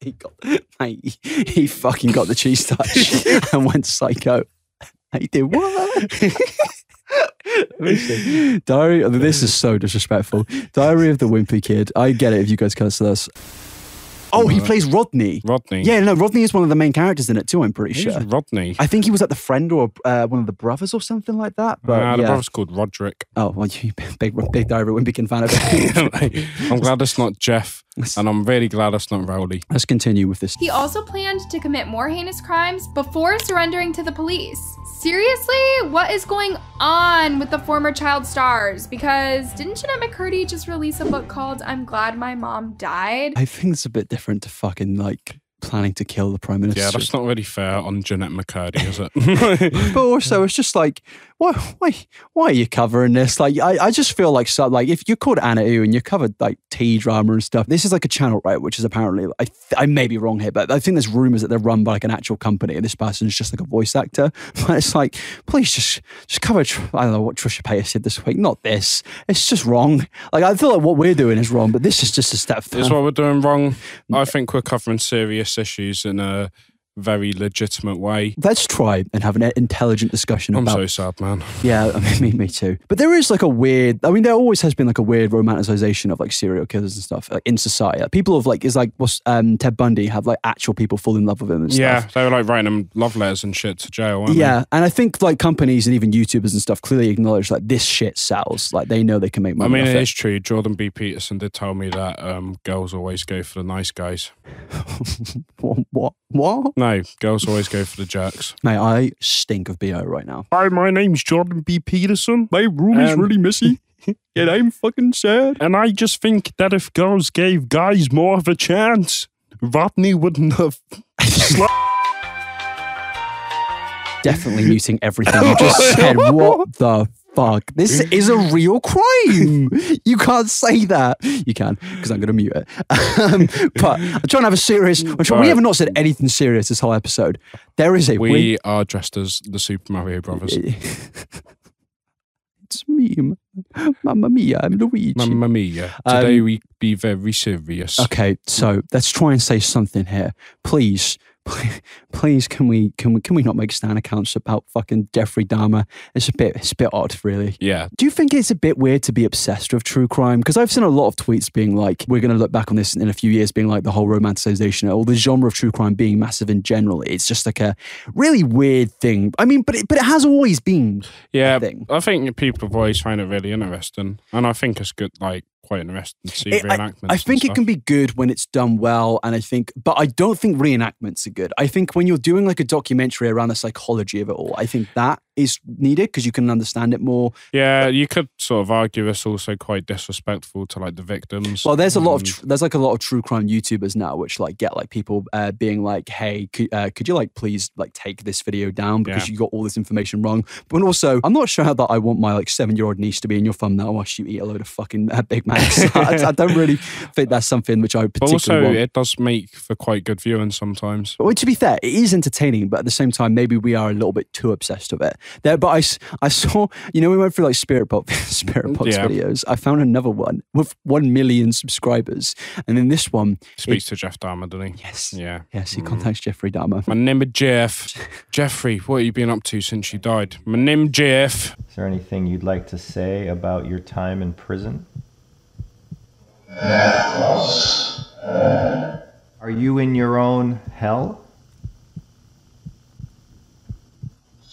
[SPEAKER 1] He got, mate, he, he fucking got the cheese touch and went psycho. He did what? Diary. oh, This is so disrespectful. Diary of the Wimpy Kid. I get it if you guys cancel this. Oh, he plays Rodney.
[SPEAKER 2] Rodney.
[SPEAKER 1] Yeah, no, Rodney is one of the main characters in it too. I'm pretty
[SPEAKER 2] Who's
[SPEAKER 1] sure.
[SPEAKER 2] Rodney?
[SPEAKER 1] I think he was like the friend or uh, one of the brothers or something like that. But
[SPEAKER 2] Nah, the
[SPEAKER 1] yeah.
[SPEAKER 2] brother's called Roderick.
[SPEAKER 1] Oh, well, you big, big diver, Wimpy fan of it.
[SPEAKER 2] I'm glad it's not Jeff, and I'm really glad it's not Rowley.
[SPEAKER 1] Let's continue with this.
[SPEAKER 16] He also planned to commit more heinous crimes before surrendering to the police. Seriously? What is going on with the former child stars? Because didn't Jeanette McCurdy just release a book called I'm Glad My Mom Died?
[SPEAKER 1] I think it's a bit different to fucking like planning to kill the prime minister.
[SPEAKER 2] Yeah, that's not really fair on Jeanette McCurdy, is it?
[SPEAKER 1] but also, it's just like, why, why, why are you covering this? Like, I, I just feel like, so, like if you're called Anna U and you covered like tea drama and stuff, this is like a channel, right? Which is apparently, I, th- I may be wrong here, but I think there's rumors that they're run by like an actual company, and this person's just like a voice actor. But it's like, please just, just cover. Tr- I don't know what Trisha Paytas said this week. Not this. It's just wrong. Like, I feel like what we're doing is wrong, but this is just a step.
[SPEAKER 2] is
[SPEAKER 1] further.
[SPEAKER 2] what we're doing wrong. I think we're covering serious issues in a very legitimate way.
[SPEAKER 1] Let's try and have an intelligent discussion
[SPEAKER 2] I'm
[SPEAKER 1] about.
[SPEAKER 2] so sad, man.
[SPEAKER 1] Yeah, I mean, me, me too. But there is like a weird. I mean, there always has been like a weird romanticization of like serial killers and stuff like in society. Like, people have like is like what's um Ted Bundy have like actual people fall in love with him and
[SPEAKER 2] Yeah,
[SPEAKER 1] stuff.
[SPEAKER 2] they were like writing them love letters and shit to jail. Weren't
[SPEAKER 1] Yeah, and I think like companies and even YouTubers and stuff clearly acknowledge like this shit sells. Like they know they can make
[SPEAKER 2] they? I
[SPEAKER 1] money.
[SPEAKER 2] mean,
[SPEAKER 1] off
[SPEAKER 2] it is true. Jordan B. Peterson did tell me that um, girls always go for the nice guys.
[SPEAKER 1] what, what? What?
[SPEAKER 2] No, girls always go for the jerks.
[SPEAKER 1] Mate, I stink of bo right now.
[SPEAKER 2] Hi, my name's Jordan B. Peterson. My room
[SPEAKER 1] is really
[SPEAKER 2] messy. And I'm fucking sad. Um, And I just think that if girls gave guys more of a chance, Rodney wouldn't have.
[SPEAKER 1] Definitely muting everything you just said. What the fuck? This is a real crime. You can't say that. You can because I'm going to mute it. Um, but I'm trying to have a serious. I'm trying, we
[SPEAKER 2] Right.
[SPEAKER 1] have not said anything serious this whole episode. There is a
[SPEAKER 2] we
[SPEAKER 1] win-
[SPEAKER 2] are dressed as the Super Mario Brothers.
[SPEAKER 1] Uh, It's me, m- Mamma Mia. I'm Luigi.
[SPEAKER 2] Mamma mia.
[SPEAKER 1] Um,
[SPEAKER 2] Today we be very serious.
[SPEAKER 1] Okay, so let's try and say something here, please. Please, please, can we can we can we not make stand accounts about fucking Jeffrey Dahmer? It's a bit it's a bit odd, really.
[SPEAKER 2] Yeah.
[SPEAKER 1] Do you think it's a bit weird to be obsessed with true crime? Because I've seen a lot of tweets being like, we're going to look back on this in a few years, being like the whole romanticization or the genre of true crime being massive in general. It's just like a really weird thing. I mean, but it, but it has always been.
[SPEAKER 2] Yeah, I think people have always found it really interesting, and I think it's good, like quite interesting to see
[SPEAKER 1] It- I,
[SPEAKER 2] reenactments.
[SPEAKER 1] I think it can be good when it's done well, and I think, but I don't think reenactments are good. I think when you're doing like a documentary around the psychology of it all, I think that is needed because you can understand it more.
[SPEAKER 2] Yeah, you could sort of argue it's also quite disrespectful to like the victims.
[SPEAKER 1] Well, there's a lot of
[SPEAKER 2] and-
[SPEAKER 1] tr- there's like a lot of true crime YouTubers now, which like get like people uh, being like, "Hey, could, uh, could you like please like take this video down because
[SPEAKER 2] Yeah.
[SPEAKER 1] you got all this information wrong." But also, I'm not sure how that I want my like seven year old niece to be in your thumbnail whilst you eat a load of fucking uh, Big Macs. I, I don't really think that's something which I
[SPEAKER 2] but
[SPEAKER 1] particularly
[SPEAKER 2] also
[SPEAKER 1] want.
[SPEAKER 2] it does make for quite good viewing sometimes.
[SPEAKER 1] Well, to be fair, it is entertaining, but at the same time, maybe we are a little bit too obsessed with it. There, but I, s- I saw, you know, we went through like Spirit Pop, Spirit Pop's
[SPEAKER 2] Yeah.
[SPEAKER 1] videos. I found another one with one million subscribers, and then this one
[SPEAKER 2] Speaks
[SPEAKER 1] it-
[SPEAKER 2] to Jeff Dahmer, doesn't he? Yes. Yeah.
[SPEAKER 1] yes, he
[SPEAKER 2] Mm.
[SPEAKER 1] contacts Jeffrey Dahmer.
[SPEAKER 2] My name is Jeff. Jeffrey, what have you been up to since you died? My name Jeff.
[SPEAKER 17] Is there anything you'd like to say about your time in prison? Are you in your own hell?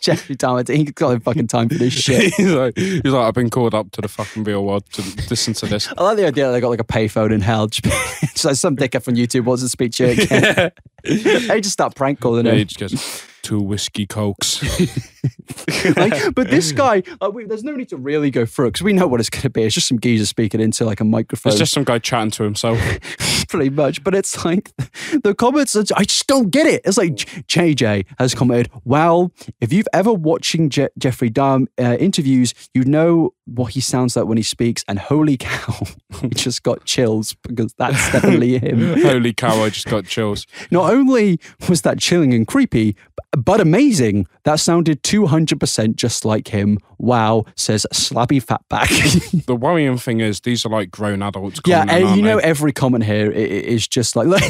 [SPEAKER 1] Jeffrey Dahmer, he got no fucking time for this shit.
[SPEAKER 2] he's, like, he's like, I've been called up to the fucking real world to listen to this.
[SPEAKER 1] I like the idea that they got like a payphone in hell. It's like some dickhead from YouTube wants to speak to you again. they just start prank calling
[SPEAKER 2] Yeah,
[SPEAKER 1] him.
[SPEAKER 2] he just goes, two whiskey cokes.
[SPEAKER 1] like, but this guy, like, we, there's no need to really go through because we know what it's going to be. It's just some geezer speaking into like a microphone,
[SPEAKER 2] It's just some guy chatting to himself.
[SPEAKER 1] pretty much. But it's like the comments. Are, I just don't get it. It's like J- JJ has commented, "Well, if you've ever watching Je- Jeffrey Dahmer uh, interviews, you know what he sounds like when he speaks." And holy cow, I just got chills because that's definitely him.
[SPEAKER 2] Holy cow, I just got chills.
[SPEAKER 1] Not only was that chilling and creepy, but but amazing. That sounded 200% just like him. Wow, says Slabby Fatback.
[SPEAKER 2] the worrying thing is these are like grown adults.
[SPEAKER 1] yeah,
[SPEAKER 2] commenting,
[SPEAKER 1] and
[SPEAKER 2] aren't
[SPEAKER 1] you know, eh,
[SPEAKER 2] they?
[SPEAKER 1] every comment here i- i- is just like, look,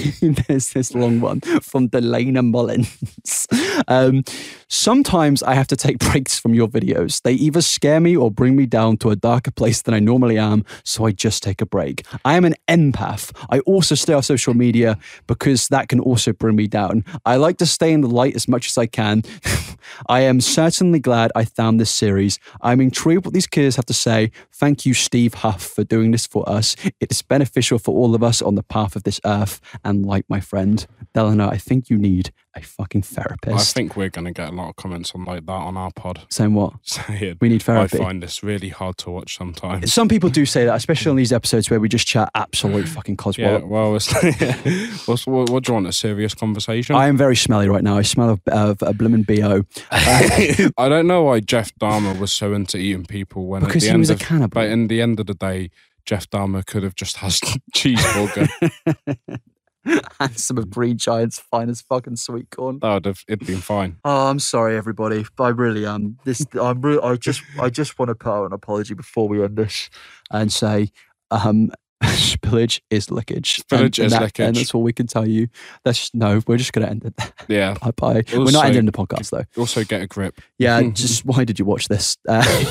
[SPEAKER 1] there's this long one from Delana Mullins. Um, sometimes I have to take breaks from your videos. They either scare me or bring me down to a darker place than I normally am, so I just take a break. I am an empath. I also stay off social media because that can also bring me down. I like to stay in the light as much as I can. I am certainly glad I found this series. I'm intrigued what these kids have to say. Thank you, Steve Huff, for doing this for us. It is beneficial for all of us on the path of this earth. And like my friend, Delana, I think you need a fucking therapist.
[SPEAKER 2] I think we're going to get a lot of comments on like that on our pod.
[SPEAKER 1] Saying what?
[SPEAKER 2] Saying,
[SPEAKER 1] We need therapy.
[SPEAKER 2] I find this really hard to watch sometimes.
[SPEAKER 1] Some people do say that, especially on these episodes where we just chat absolute fucking
[SPEAKER 2] Mm. yeah,
[SPEAKER 1] cosmo.
[SPEAKER 2] well, it's, what's, what, what do you want? A serious conversation?
[SPEAKER 1] I am very smelly right now. I smell of, of a blooming bo.
[SPEAKER 2] I don't know why Jeff Dahmer was so into eating people when
[SPEAKER 1] Because
[SPEAKER 2] at the
[SPEAKER 1] he
[SPEAKER 2] end
[SPEAKER 1] was a
[SPEAKER 2] of,
[SPEAKER 1] cannibal.
[SPEAKER 2] But in the end of the day, Jeff Dahmer could have just had cheeseburger.
[SPEAKER 1] Handsome of breed giants, fine as fucking sweet corn.
[SPEAKER 2] that would have it'd been fine.
[SPEAKER 1] Oh, I'm sorry, everybody. I really am. This, I'm. Re- I just, I just want to put out an apology before we end this, and say, um, spillage is lickage.
[SPEAKER 2] Spillage
[SPEAKER 1] and,
[SPEAKER 2] is
[SPEAKER 1] and And
[SPEAKER 2] lickage.
[SPEAKER 1] that's all we can tell you. That's just, no. We're just going to end it. there.
[SPEAKER 2] Yeah.
[SPEAKER 1] Bye bye. We're not
[SPEAKER 2] Also-
[SPEAKER 1] ending the podcast though.
[SPEAKER 2] Also, get a grip.
[SPEAKER 1] Yeah, just why did you watch this? Uh,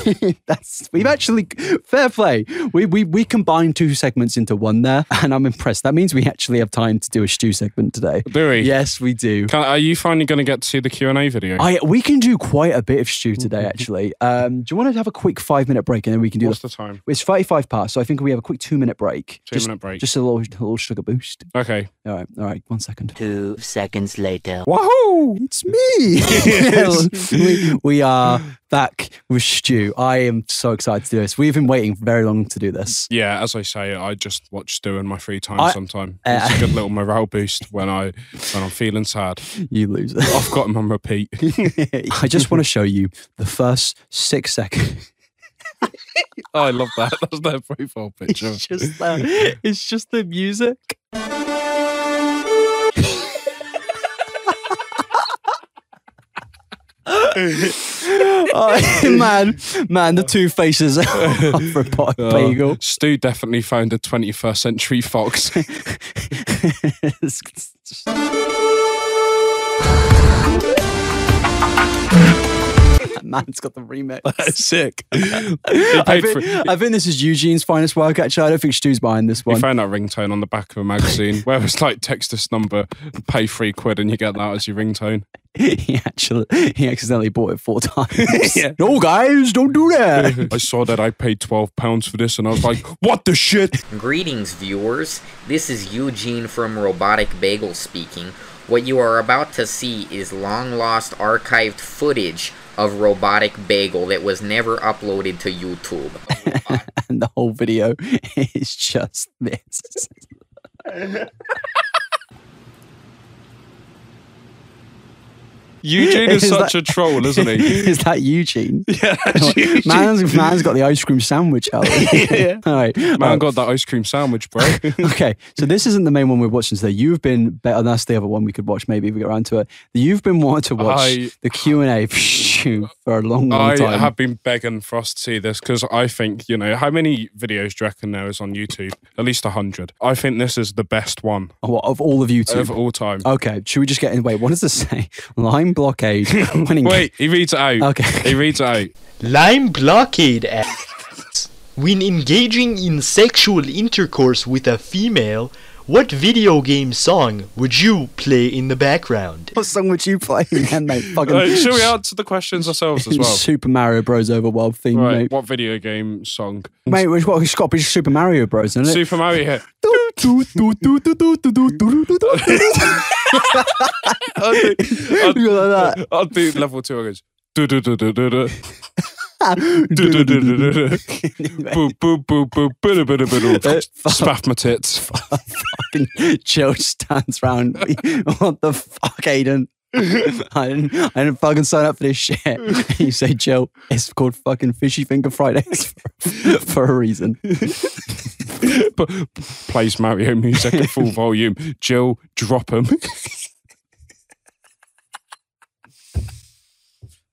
[SPEAKER 1] that's we've actually fair play. We we we combined two segments into one there, and I'm impressed. That means we actually have time to do a stew segment today.
[SPEAKER 2] Do we?
[SPEAKER 1] Yes, we do.
[SPEAKER 2] Can, are you finally going to get to see the Q and A video?
[SPEAKER 1] I we can do quite a bit of stew
[SPEAKER 2] Mm-hmm.
[SPEAKER 1] today, actually. Um, do you want to have a quick five minute break and then we can do
[SPEAKER 2] What's the time?
[SPEAKER 1] It's thirty five past, so I think we have a quick two minute break.
[SPEAKER 2] Two
[SPEAKER 1] Just-
[SPEAKER 2] minute break.
[SPEAKER 1] just a little, a little sugar boost.
[SPEAKER 2] Okay.
[SPEAKER 1] All right, all right. One second.
[SPEAKER 18] Two seconds later.
[SPEAKER 1] Wahoo! It's me. we, we are back with Stew. I am so excited to do this. We've been waiting very long to do this.
[SPEAKER 2] Yeah, as I say, I just watch Stu in my free time
[SPEAKER 1] I-
[SPEAKER 2] sometime.
[SPEAKER 1] uh,
[SPEAKER 2] It's a good little morale boost when I when I'm feeling sad.
[SPEAKER 1] You loser.
[SPEAKER 2] I've got him on repeat.
[SPEAKER 1] I just want to show you the first six seconds.
[SPEAKER 2] Oh, I love that. That's their profile picture.
[SPEAKER 1] It's just that. It's just the music. Oh, man, man, the two faces of a pot of
[SPEAKER 2] Oh,
[SPEAKER 1] bagel.
[SPEAKER 2] Stu definitely found a 21st century fox.
[SPEAKER 1] That man's got the remix.
[SPEAKER 2] That's sick. He
[SPEAKER 1] I
[SPEAKER 2] paid
[SPEAKER 1] think,
[SPEAKER 2] for it.
[SPEAKER 1] I think this is Eugene's finest work, actually. I don't think Stu's buying this
[SPEAKER 2] You
[SPEAKER 1] one.
[SPEAKER 2] found that ringtone on the back of a magazine where it's like text this number, pay three quid, and you get that as your ringtone.
[SPEAKER 1] he actually he accidentally bought it four times. No, guys, don't do that.
[SPEAKER 2] I saw that I paid twelve pounds for this, and I was like, "What the shit?"
[SPEAKER 19] Greetings, viewers. This is Eugene from Robotic Bagel speaking. What you are about to see is long lost archived footage of Robotic Bagel that was never uploaded to YouTube.
[SPEAKER 1] and the whole video is just this.
[SPEAKER 2] Eugene is,
[SPEAKER 1] Is
[SPEAKER 2] such
[SPEAKER 1] that-
[SPEAKER 2] a troll, isn't he?
[SPEAKER 1] is that Eugene?
[SPEAKER 2] Yeah,
[SPEAKER 1] man's, man's got the ice cream sandwich out. All right.
[SPEAKER 2] Man
[SPEAKER 1] um,
[SPEAKER 2] got that ice cream sandwich, bro.
[SPEAKER 1] okay, so this isn't the main one we're watching today. You've been better. That's the other one we could watch. Maybe if we get around to it. You've been wanting to watch
[SPEAKER 2] I-
[SPEAKER 1] the Q and A for a long, long
[SPEAKER 2] I
[SPEAKER 1] time.
[SPEAKER 2] have been begging for us to see this because I think you know how many videos do you reckon there is on YouTube? At least hundred. I think this is the best one
[SPEAKER 1] What, of all of YouTube?
[SPEAKER 2] of all time.
[SPEAKER 1] Okay, should we just get in? Wait, what does this say? Line blockade. winning-
[SPEAKER 2] Wait, he reads it out.
[SPEAKER 1] Okay.
[SPEAKER 2] He reads it out.
[SPEAKER 20] Lime blockade asks, when engaging in sexual intercourse with a female, what video game song would you play in the background?
[SPEAKER 1] What song would you play then, mate? Fucking
[SPEAKER 2] Uh, should we answer the questions ourselves as well?
[SPEAKER 1] Super Mario Bros. Overworld theme,
[SPEAKER 2] Right,
[SPEAKER 1] mate.
[SPEAKER 2] what video game song?
[SPEAKER 1] Mate, which what it's got to be Super Mario Bros. Isn't it?
[SPEAKER 2] Super Mario here. I'll do, I'll, I'll do level two. I goes. Do do do do do do. Do do do do do do. Boop boop boop boop. Biddle biddle biddle. Spaff my tits.
[SPEAKER 1] fucking Joe stands round. me. what the fuck, Aiden? I didn't, I didn't fucking sign up for this shit. you say, Joe, it's called fucking Fishy Finger Fridays for, for a reason.
[SPEAKER 2] Plays Mario music at full volume. Jill, drop him.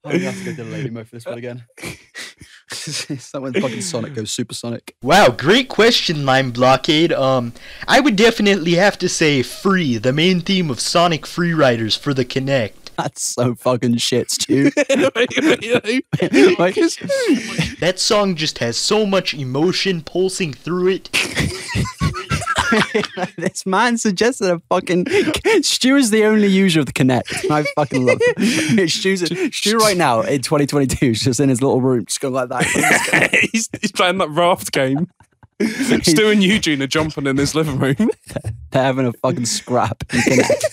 [SPEAKER 1] I'm going to have to go to the lady mode for this one again. Is that when fucking Sonic goes supersonic?
[SPEAKER 20] Wow, great question, Lime Blockade. Um, I would definitely have to say "Free," the main theme of Sonic Free Riders for the Kinect.
[SPEAKER 1] That's so fucking shit, Stu.
[SPEAKER 20] that song just has so much emotion pulsing through it.
[SPEAKER 1] this man suggested a fucking. Stu is the only user of the Kinect. and I fucking love it. Stu's, Stu right now in 2022 is just in his little room, just going like that.
[SPEAKER 2] he's, he's playing that raft game. Stu and Eugene are jumping in his living room.
[SPEAKER 1] They're having a fucking scrap. in Kinect.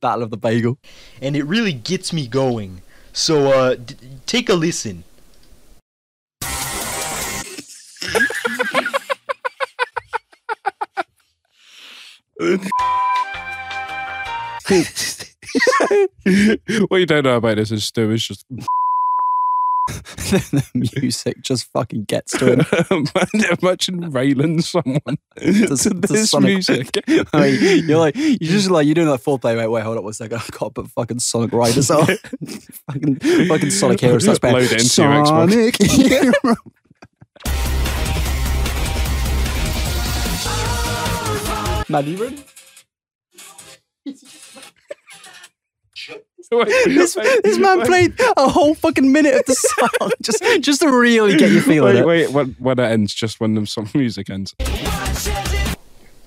[SPEAKER 1] Battle of the Bagel.
[SPEAKER 20] And it really gets me going. So uh, d- take a listen.
[SPEAKER 2] what you don't know about this is Stu is just
[SPEAKER 1] the music just fucking gets to him.
[SPEAKER 2] imagine railing someone to,
[SPEAKER 1] Does- does
[SPEAKER 2] this
[SPEAKER 1] Sonic-
[SPEAKER 2] music.
[SPEAKER 1] I mean, you're like, you're just like, you're doing that full play, mate. Wait, hold up one second. I've got to put fucking Sonic Riders on. fucking, fucking Sonic Heroes. That's bad.
[SPEAKER 2] Load it into your
[SPEAKER 1] Sonic Hero. Man, you ready? This, this man played a whole fucking minute of the song just, just to really get you feeling
[SPEAKER 2] wait,
[SPEAKER 1] it.
[SPEAKER 2] Wait, when, when it ends, just when the some music ends.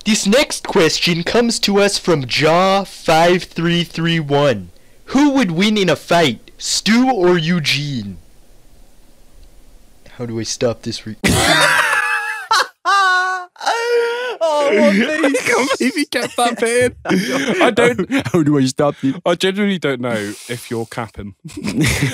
[SPEAKER 20] This next question comes to us from Jaw5331. Who would win in a fight, Stu or Eugene? How do I stop this? Re-
[SPEAKER 1] Oh,
[SPEAKER 2] I can't believe you kept that bit in. I don't.
[SPEAKER 1] How do I stop you?
[SPEAKER 2] I genuinely don't know if you're capping.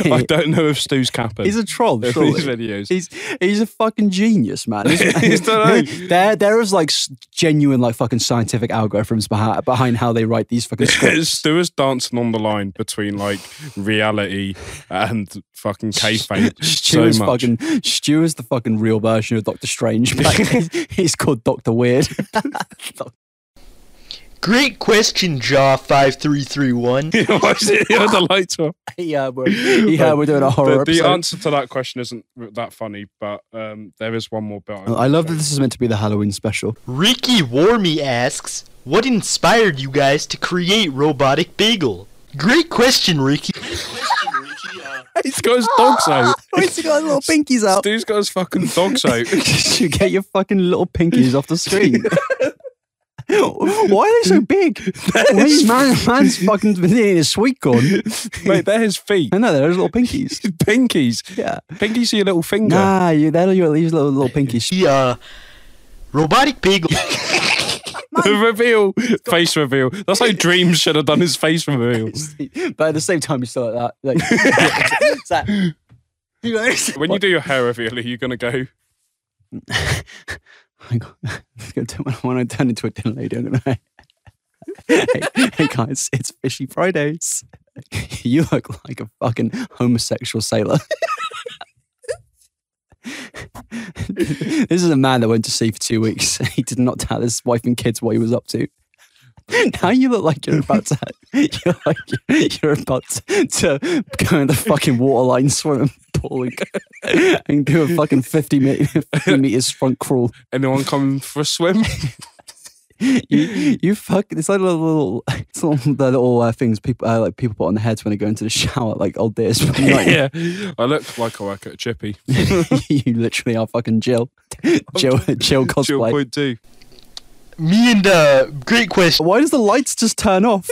[SPEAKER 2] I don't know if Stu's capping.
[SPEAKER 1] He's a troll.
[SPEAKER 2] If
[SPEAKER 1] surely.
[SPEAKER 2] These videos.
[SPEAKER 1] He's he's a fucking genius, man.
[SPEAKER 2] He's done
[SPEAKER 1] there there is like s- genuine like fucking scientific algorithms behind behind how they write these fucking scripts.
[SPEAKER 2] Stu is dancing on the line between like reality and fucking kayfabe
[SPEAKER 1] Stu
[SPEAKER 2] so
[SPEAKER 1] is
[SPEAKER 2] much.
[SPEAKER 1] fucking Stu is the fucking real version of Doctor Strange. Like, he's, he's called Doctor Weird.
[SPEAKER 20] Great question, Jaw5331.
[SPEAKER 2] Why's it had the lights off?
[SPEAKER 1] yeah, uh, we're, yeah, we're doing a horror
[SPEAKER 2] The, the
[SPEAKER 1] episode.
[SPEAKER 2] answer to that question isn't that funny, but um, there is one more bit.
[SPEAKER 1] I love that this is meant to be the Halloween special.
[SPEAKER 20] Ricky Warmy asks, What inspired you guys to create Robotic Bagel? Great question, Ricky.
[SPEAKER 2] He's got his dogs out.
[SPEAKER 1] He's got his little pinkies out.
[SPEAKER 2] Stu's got his fucking dogs out.
[SPEAKER 1] you get your fucking little pinkies off the screen. Why are they so big? Wait, man, man's fucking been eating his sweet corn.
[SPEAKER 2] Mate, they're his feet.
[SPEAKER 1] I know, they're his little pinkies.
[SPEAKER 2] pinkies?
[SPEAKER 1] Yeah.
[SPEAKER 2] Pinkies are your little finger.
[SPEAKER 1] Nah, you, they're your these little, little pinkies.
[SPEAKER 20] Yeah. Uh, Robotic Bagel.
[SPEAKER 2] The reveal, face reveal. That's how Dreams should have done his face reveal.
[SPEAKER 1] But at the same time, you're still like that. Like, it's that. You know, it's-
[SPEAKER 2] When you do your hair reveal, are you gonna go?
[SPEAKER 1] It's gonna turn- when I turn into a dinner lady, I'm gonna. hey, hey guys, it's Fishy Fridays. you look like a fucking homosexual sailor. this is a man that went to sea for two weeks. He did not tell his wife and kids what he was up to. Now you look like you're about to, you're like you're about to, to go in the fucking waterline swimming pool and, and do a fucking fifty, me- 50 meters front crawl.
[SPEAKER 2] Anyone coming for a swim?
[SPEAKER 1] you you fuck. It's like a little, it's all the little uh, things people uh, like people put on their heads when they go into the shower, like oh, old days.
[SPEAKER 2] yeah. I look like I work at a chippy.
[SPEAKER 1] you literally are fucking Jill, Jill, Jill cosplay.
[SPEAKER 2] Jill point two.
[SPEAKER 20] Me and uh, great question.
[SPEAKER 1] Why does the lights just turn off?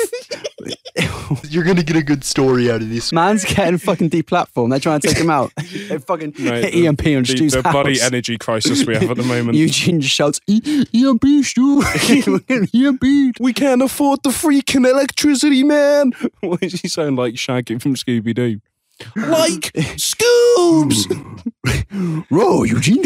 [SPEAKER 20] You're gonna get a good story out of this.
[SPEAKER 1] Man's getting fucking deplatformed. They're trying to take him out. They fucking hit EMP on
[SPEAKER 2] the,
[SPEAKER 1] Stu's
[SPEAKER 2] the
[SPEAKER 1] house.
[SPEAKER 2] bloody energy crisis we have at the moment.
[SPEAKER 1] Eugene just shouts, "E- EMP, Stu! E EMP!
[SPEAKER 3] We can't afford the freaking electricity, man.
[SPEAKER 2] Why does he sound like Shaggy from Scooby Doo?
[SPEAKER 3] Like Scoobs.
[SPEAKER 1] Row, Eugene!"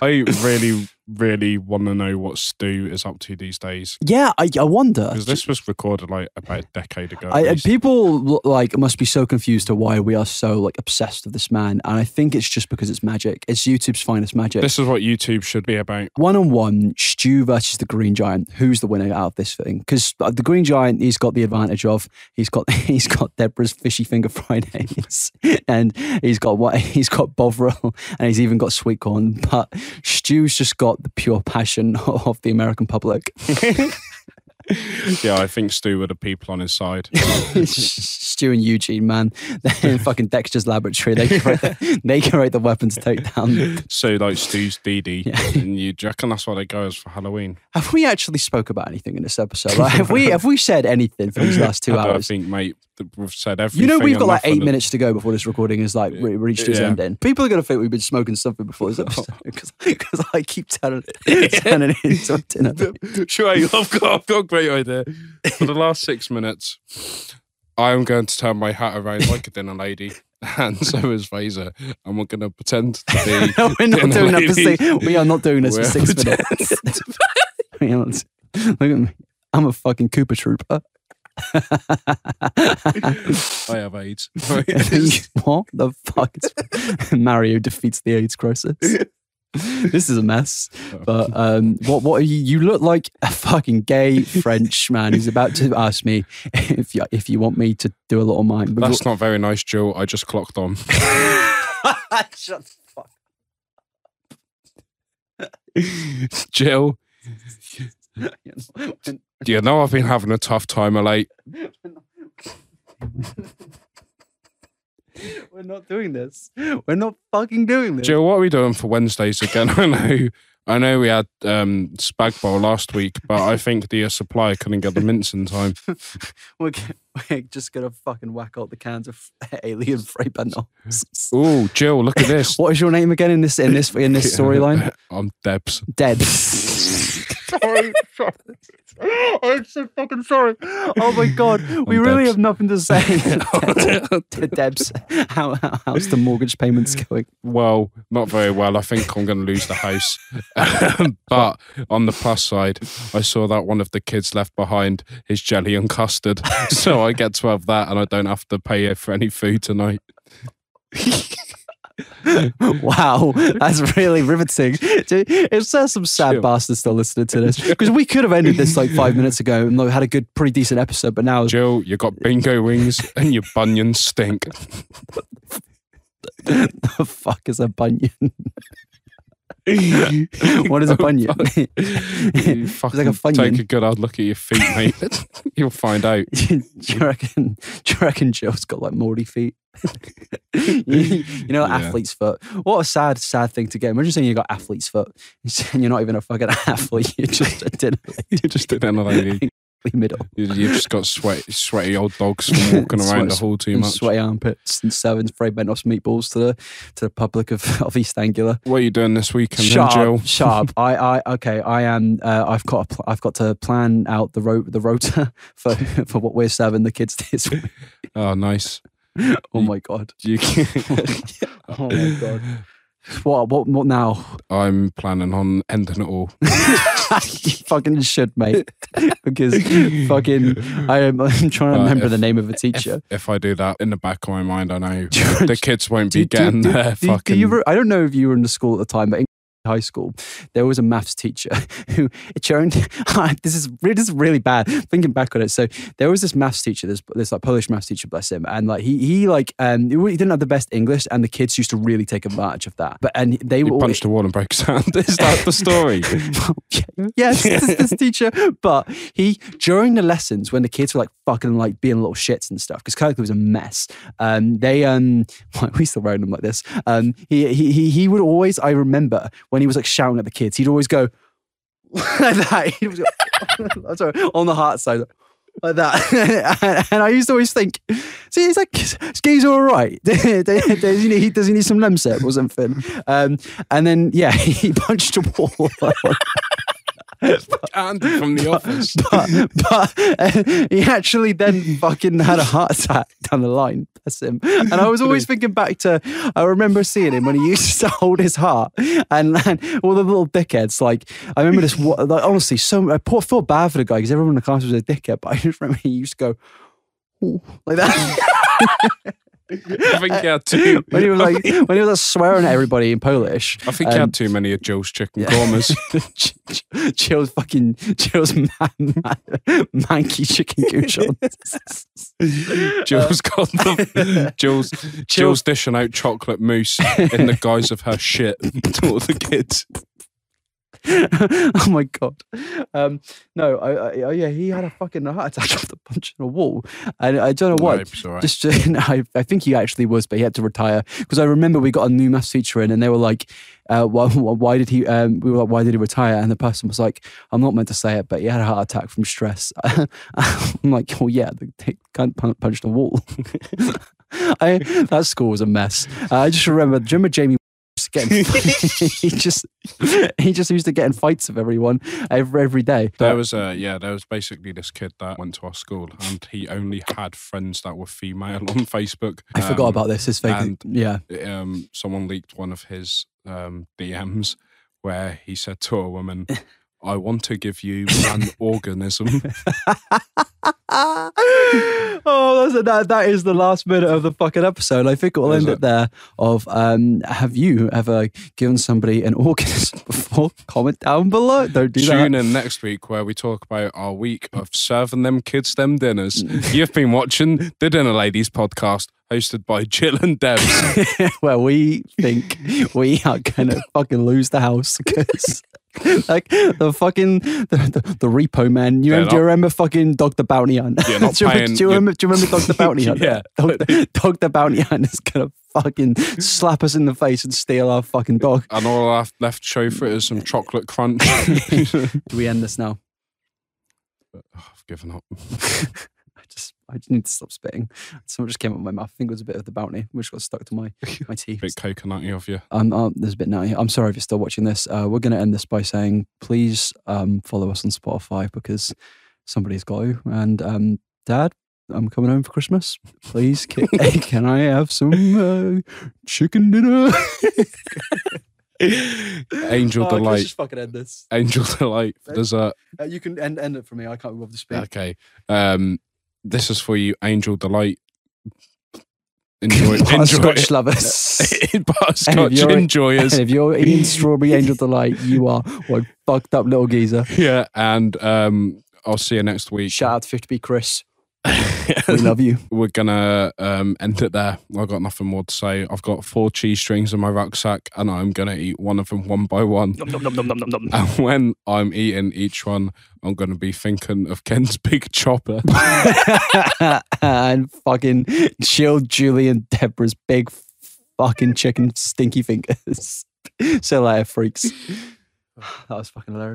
[SPEAKER 2] I really really want to know what Stu is up to these days.
[SPEAKER 1] Yeah, I, I wonder.
[SPEAKER 2] Because this was recorded like about a decade ago.
[SPEAKER 1] I,
[SPEAKER 2] at
[SPEAKER 1] and
[SPEAKER 2] least.
[SPEAKER 1] people like must be so confused to why we are so like obsessed with this man, and I think it's just because it's magic. It's YouTube's finest magic.
[SPEAKER 2] this is what YouTube should be about.
[SPEAKER 1] one on one, Stu versus the Green Giant. Who's the winner out of this thing? Because the Green Giant, he's got the advantage of he's got he's got Deborah's fishy finger Fridays, and he's got what he's got Bovril, and he's even got sweet corn. But Stu's just got the pure passion of the American public.
[SPEAKER 2] Yeah, I think Stu were the people on his side.
[SPEAKER 1] Stu and Eugene, man, they're in fucking Dexter's laboratory. They create the, they create the weapon to take down.
[SPEAKER 2] so like Stu's DD, and you do you reckon that's what they go as for Halloween.
[SPEAKER 1] Have we actually spoke about anything in this episode? Like, have we have we said anything for these last two
[SPEAKER 2] I don't
[SPEAKER 1] hours?
[SPEAKER 2] think, mate, that we've said
[SPEAKER 1] You
[SPEAKER 2] everything.
[SPEAKER 1] know, we've got
[SPEAKER 2] and
[SPEAKER 1] like
[SPEAKER 2] nothing.
[SPEAKER 1] eight minutes to go before this recording is like re- reached its
[SPEAKER 2] Yeah. Oh.
[SPEAKER 1] ending. People are going to think we've been smoking something before this episode because I keep turning, turning it into a dinner.
[SPEAKER 2] Sure, I've got, I've got a great idea. For the last six minutes, I am going to turn my hat around like a dinner lady, and so is Fraser, and we're going to pretend to be.
[SPEAKER 1] We're not
[SPEAKER 2] dinner
[SPEAKER 1] doing that for
[SPEAKER 2] ladies.
[SPEAKER 1] six, We are not doing this for
[SPEAKER 2] We're
[SPEAKER 1] six
[SPEAKER 2] pretend-
[SPEAKER 1] minutes. We are not- Look at me. I'm a fucking Cooper trooper.
[SPEAKER 2] I have AIDS.
[SPEAKER 1] what the fuck? It's- Mario defeats the AIDS crisis. This is a mess. But um, what? What are you? You look like a fucking gay French man who's about to ask me if you, if you want me to do a little mime. But
[SPEAKER 2] That's not very nice, Joe. I just clocked on.
[SPEAKER 1] Shut the fuck.
[SPEAKER 2] Jill, do you know I've been having a tough time of late?
[SPEAKER 1] We're not doing this. We're not fucking doing this.
[SPEAKER 2] Jill, what are we doing for Wednesdays again? I know, I know, we had um, spag bowl last week, but I think the uh, supplier couldn't get the mints in time.
[SPEAKER 1] We're, g- we're just gonna fucking whack out the cans of alien free bananas.
[SPEAKER 2] Oh, Jill, look at this.
[SPEAKER 1] What is your name again in this in this in this storyline?
[SPEAKER 2] I'm Debs.
[SPEAKER 1] Debs.
[SPEAKER 2] sorry, sorry. I'm so fucking sorry.
[SPEAKER 1] Oh my god, we really have nothing to say. to Debs, how, how- how's the mortgage payments going?
[SPEAKER 2] Well, not very well. I think I'm going to lose the house. but on the plus side, I saw that one of the kids left behind is jelly and custard. So I get to have that and I don't have to pay for any food tonight.
[SPEAKER 1] Wow, that's really riveting. If there's some sad bastards still listening to this, because we could have ended this like five minutes ago and like, had a good, pretty decent episode, but now
[SPEAKER 2] Jill, you got bingo wings and your bunions stink.
[SPEAKER 1] the fuck is a bunion? what is a bunion?
[SPEAKER 2] You fucking
[SPEAKER 1] like a funyun.
[SPEAKER 2] take a good hard look at your feet, mate. You'll find out.
[SPEAKER 1] do you reckon? Do you reckon Joe's got like Morty feet? you, you know,
[SPEAKER 2] Yeah.
[SPEAKER 1] athlete's foot. What a sad, sad thing to get. Imagine saying you got athlete's foot and you're not even a fucking athlete. You're just a dinner.
[SPEAKER 2] You just did another lady.
[SPEAKER 1] Middle.
[SPEAKER 2] You, you just got sweaty, sweaty old dogs from walking around the hall too
[SPEAKER 1] and
[SPEAKER 2] much.
[SPEAKER 1] Sweaty armpits and serving free Mentos meatballs to the to the public of, of East Anglia.
[SPEAKER 2] What are you doing this weekend, then,
[SPEAKER 1] Sharp,
[SPEAKER 2] Jill?
[SPEAKER 1] sharp. I, I, okay. I am. Uh, I've got. A pl- I've got to plan out the ro- the rota for for what we're serving the kids this week.
[SPEAKER 2] Oh, nice.
[SPEAKER 1] Oh my god.
[SPEAKER 2] You,
[SPEAKER 1] Oh my god. What, what, what now?
[SPEAKER 2] I'm planning on ending it all.
[SPEAKER 1] you fucking should, mate. Because fucking, I am, I'm trying to
[SPEAKER 2] Uh,
[SPEAKER 1] remember
[SPEAKER 2] if-
[SPEAKER 1] the name of a teacher.
[SPEAKER 2] If I do that, in the back of my mind, I know the kids won't be getting
[SPEAKER 1] do,
[SPEAKER 2] their
[SPEAKER 1] do- do
[SPEAKER 2] fucking.
[SPEAKER 1] you re- I don't know if you were in the school at the time, but in high school, there was a maths teacher who during this is re- this is really bad thinking back on it. So there was this maths teacher, this this like Polish maths teacher, bless him, and like he he like um he really didn't have the best English, and the kids used to really take advantage of that. But and they
[SPEAKER 2] he
[SPEAKER 1] were all,
[SPEAKER 2] punched a wall and broke his hand. Is that the story?
[SPEAKER 1] yes, this, is this teacher. But he during the lessons when the kids were like fucking like being little shits and stuff because Kirkley was a mess. Um, they um, why are we still wearing them like this? Um, he he he he would always. I remember when he was like shouting at the kids, he'd always go like that. He was I'm sorry, on the heart side. Like that, and, and I used to always think, see, he's like, Ski's all right. does, he need, does he need some lemsip or something? Um, and then, yeah, he punched a wall.
[SPEAKER 2] Andy from The Office.
[SPEAKER 1] but, but uh, he actually then fucking had a heart attack down the line. That's him. And I was always thinking back to, I remember seeing him when he used to hold his heart and, and all the little dickheads. Like, I remember this, wa- like, honestly, so I poor, felt bad for the guy because everyone in the class was a dickhead, but I just remember he used to go, "Ooh," like that.
[SPEAKER 2] I think he had too.
[SPEAKER 1] when he was like, um, when he was like, swearing at everybody in Polish.
[SPEAKER 2] I think he had too many of Joe's chicken kormas.
[SPEAKER 1] Chill's fucking Chill's man, man, manky chicken gooshan.
[SPEAKER 2] Jill's got the Jill's Jill's dishing out chocolate mousse in the guise of her shit to all the kids.
[SPEAKER 1] oh my god! Um, no, I, I, oh yeah, he had a fucking heart attack after punching a wall, and I don't know why.
[SPEAKER 2] No, it's all right.
[SPEAKER 1] Just no, I, I think he actually was, but he had to retire because I remember we got a new maths teacher in, and they were like, uh, why, why why did he? Um, we were like, why did he retire? And the person was like, I'm not meant to say it, but he had a heart attack from stress. I'm like, oh yeah, the the cunt pun- punched a wall. I, that school was a mess. Uh, I just remember, do you remember Jamie? just getting he just he just used to get in fights with everyone every every day.
[SPEAKER 2] There was a yeah, there was basically this kid that went to our school, and he only had friends that were female on Facebook.
[SPEAKER 1] I forgot about this, his fake-
[SPEAKER 2] and,
[SPEAKER 1] yeah.
[SPEAKER 2] um, someone leaked one of his um, DMs where he said to a woman, "I want to give you an organism."
[SPEAKER 1] oh, that's that that is the last minute of the fucking episode. I think we'll end it there. Of um, have you ever given somebody an organism before? Comment down below. Don't do that.
[SPEAKER 2] Tune in next week where we talk about our week of serving them kids them dinners.
[SPEAKER 1] Mm.
[SPEAKER 2] You've been watching the Dinner Ladies podcast hosted by Jill and Debs.
[SPEAKER 1] where we think we are going to fucking lose the house because. like the fucking the, the, the repo man. You
[SPEAKER 2] They're
[SPEAKER 1] remember, do you
[SPEAKER 2] not-
[SPEAKER 1] remember fucking Dog the Bounty Hunter?
[SPEAKER 2] You're not
[SPEAKER 1] do, you remember,
[SPEAKER 2] paying-
[SPEAKER 1] do you
[SPEAKER 2] you're-
[SPEAKER 1] remember? Do you remember Dog the Bounty Hunter?
[SPEAKER 2] Yeah.
[SPEAKER 1] Dog, the- Dog the Bounty Hunter is gonna fucking slap us in the face and steal our fucking dog.
[SPEAKER 2] and all I've left to show for it is some chocolate crunch. do
[SPEAKER 1] we end this now?
[SPEAKER 2] I've given up.
[SPEAKER 1] I just need to stop spitting. Someone just came up with my mouth. I think it was a bit of the bounty, which got stuck to my my teeth.
[SPEAKER 2] bit coconutty of you.
[SPEAKER 1] Um, um, there's a bit now. I'm sorry if you're still watching this. Uh, we're going to end this by saying please um, follow us on Spotify because somebody's got to. And um, Dad, I'm coming home for Christmas. Please, can, can I have some uh, chicken dinner?
[SPEAKER 2] Angel
[SPEAKER 1] Oh, can we
[SPEAKER 2] delight.
[SPEAKER 1] just fucking end this?
[SPEAKER 2] Angel delight for dessert.
[SPEAKER 1] Uh, you can end, end it for me. I can't be bothered to speak.
[SPEAKER 2] Okay. Um, this is for you, Angel delight. Enjoy,
[SPEAKER 1] Bar
[SPEAKER 2] enjoy
[SPEAKER 1] Scotch
[SPEAKER 2] it.
[SPEAKER 1] lovers.
[SPEAKER 2] Bar
[SPEAKER 1] And if
[SPEAKER 2] Scotch
[SPEAKER 1] you're-
[SPEAKER 2] enjoyers.
[SPEAKER 1] And if you're eating strawberry angel delight, you are one fucked up little geezer.
[SPEAKER 2] Yeah, and um, I'll see you next week.
[SPEAKER 1] Shout out to 50B Chris. we love you.
[SPEAKER 2] We're gonna um, end it there. I've got nothing more to say. I've got four cheese strings in my rucksack, and I'm gonna eat one of them one by one. And when I'm eating each one, I'm gonna be thinking of Ken's big chopper.
[SPEAKER 1] and fucking chill Julie and Deborah's big fucking chicken stinky fingers. so later, freaks. That was fucking hilarious.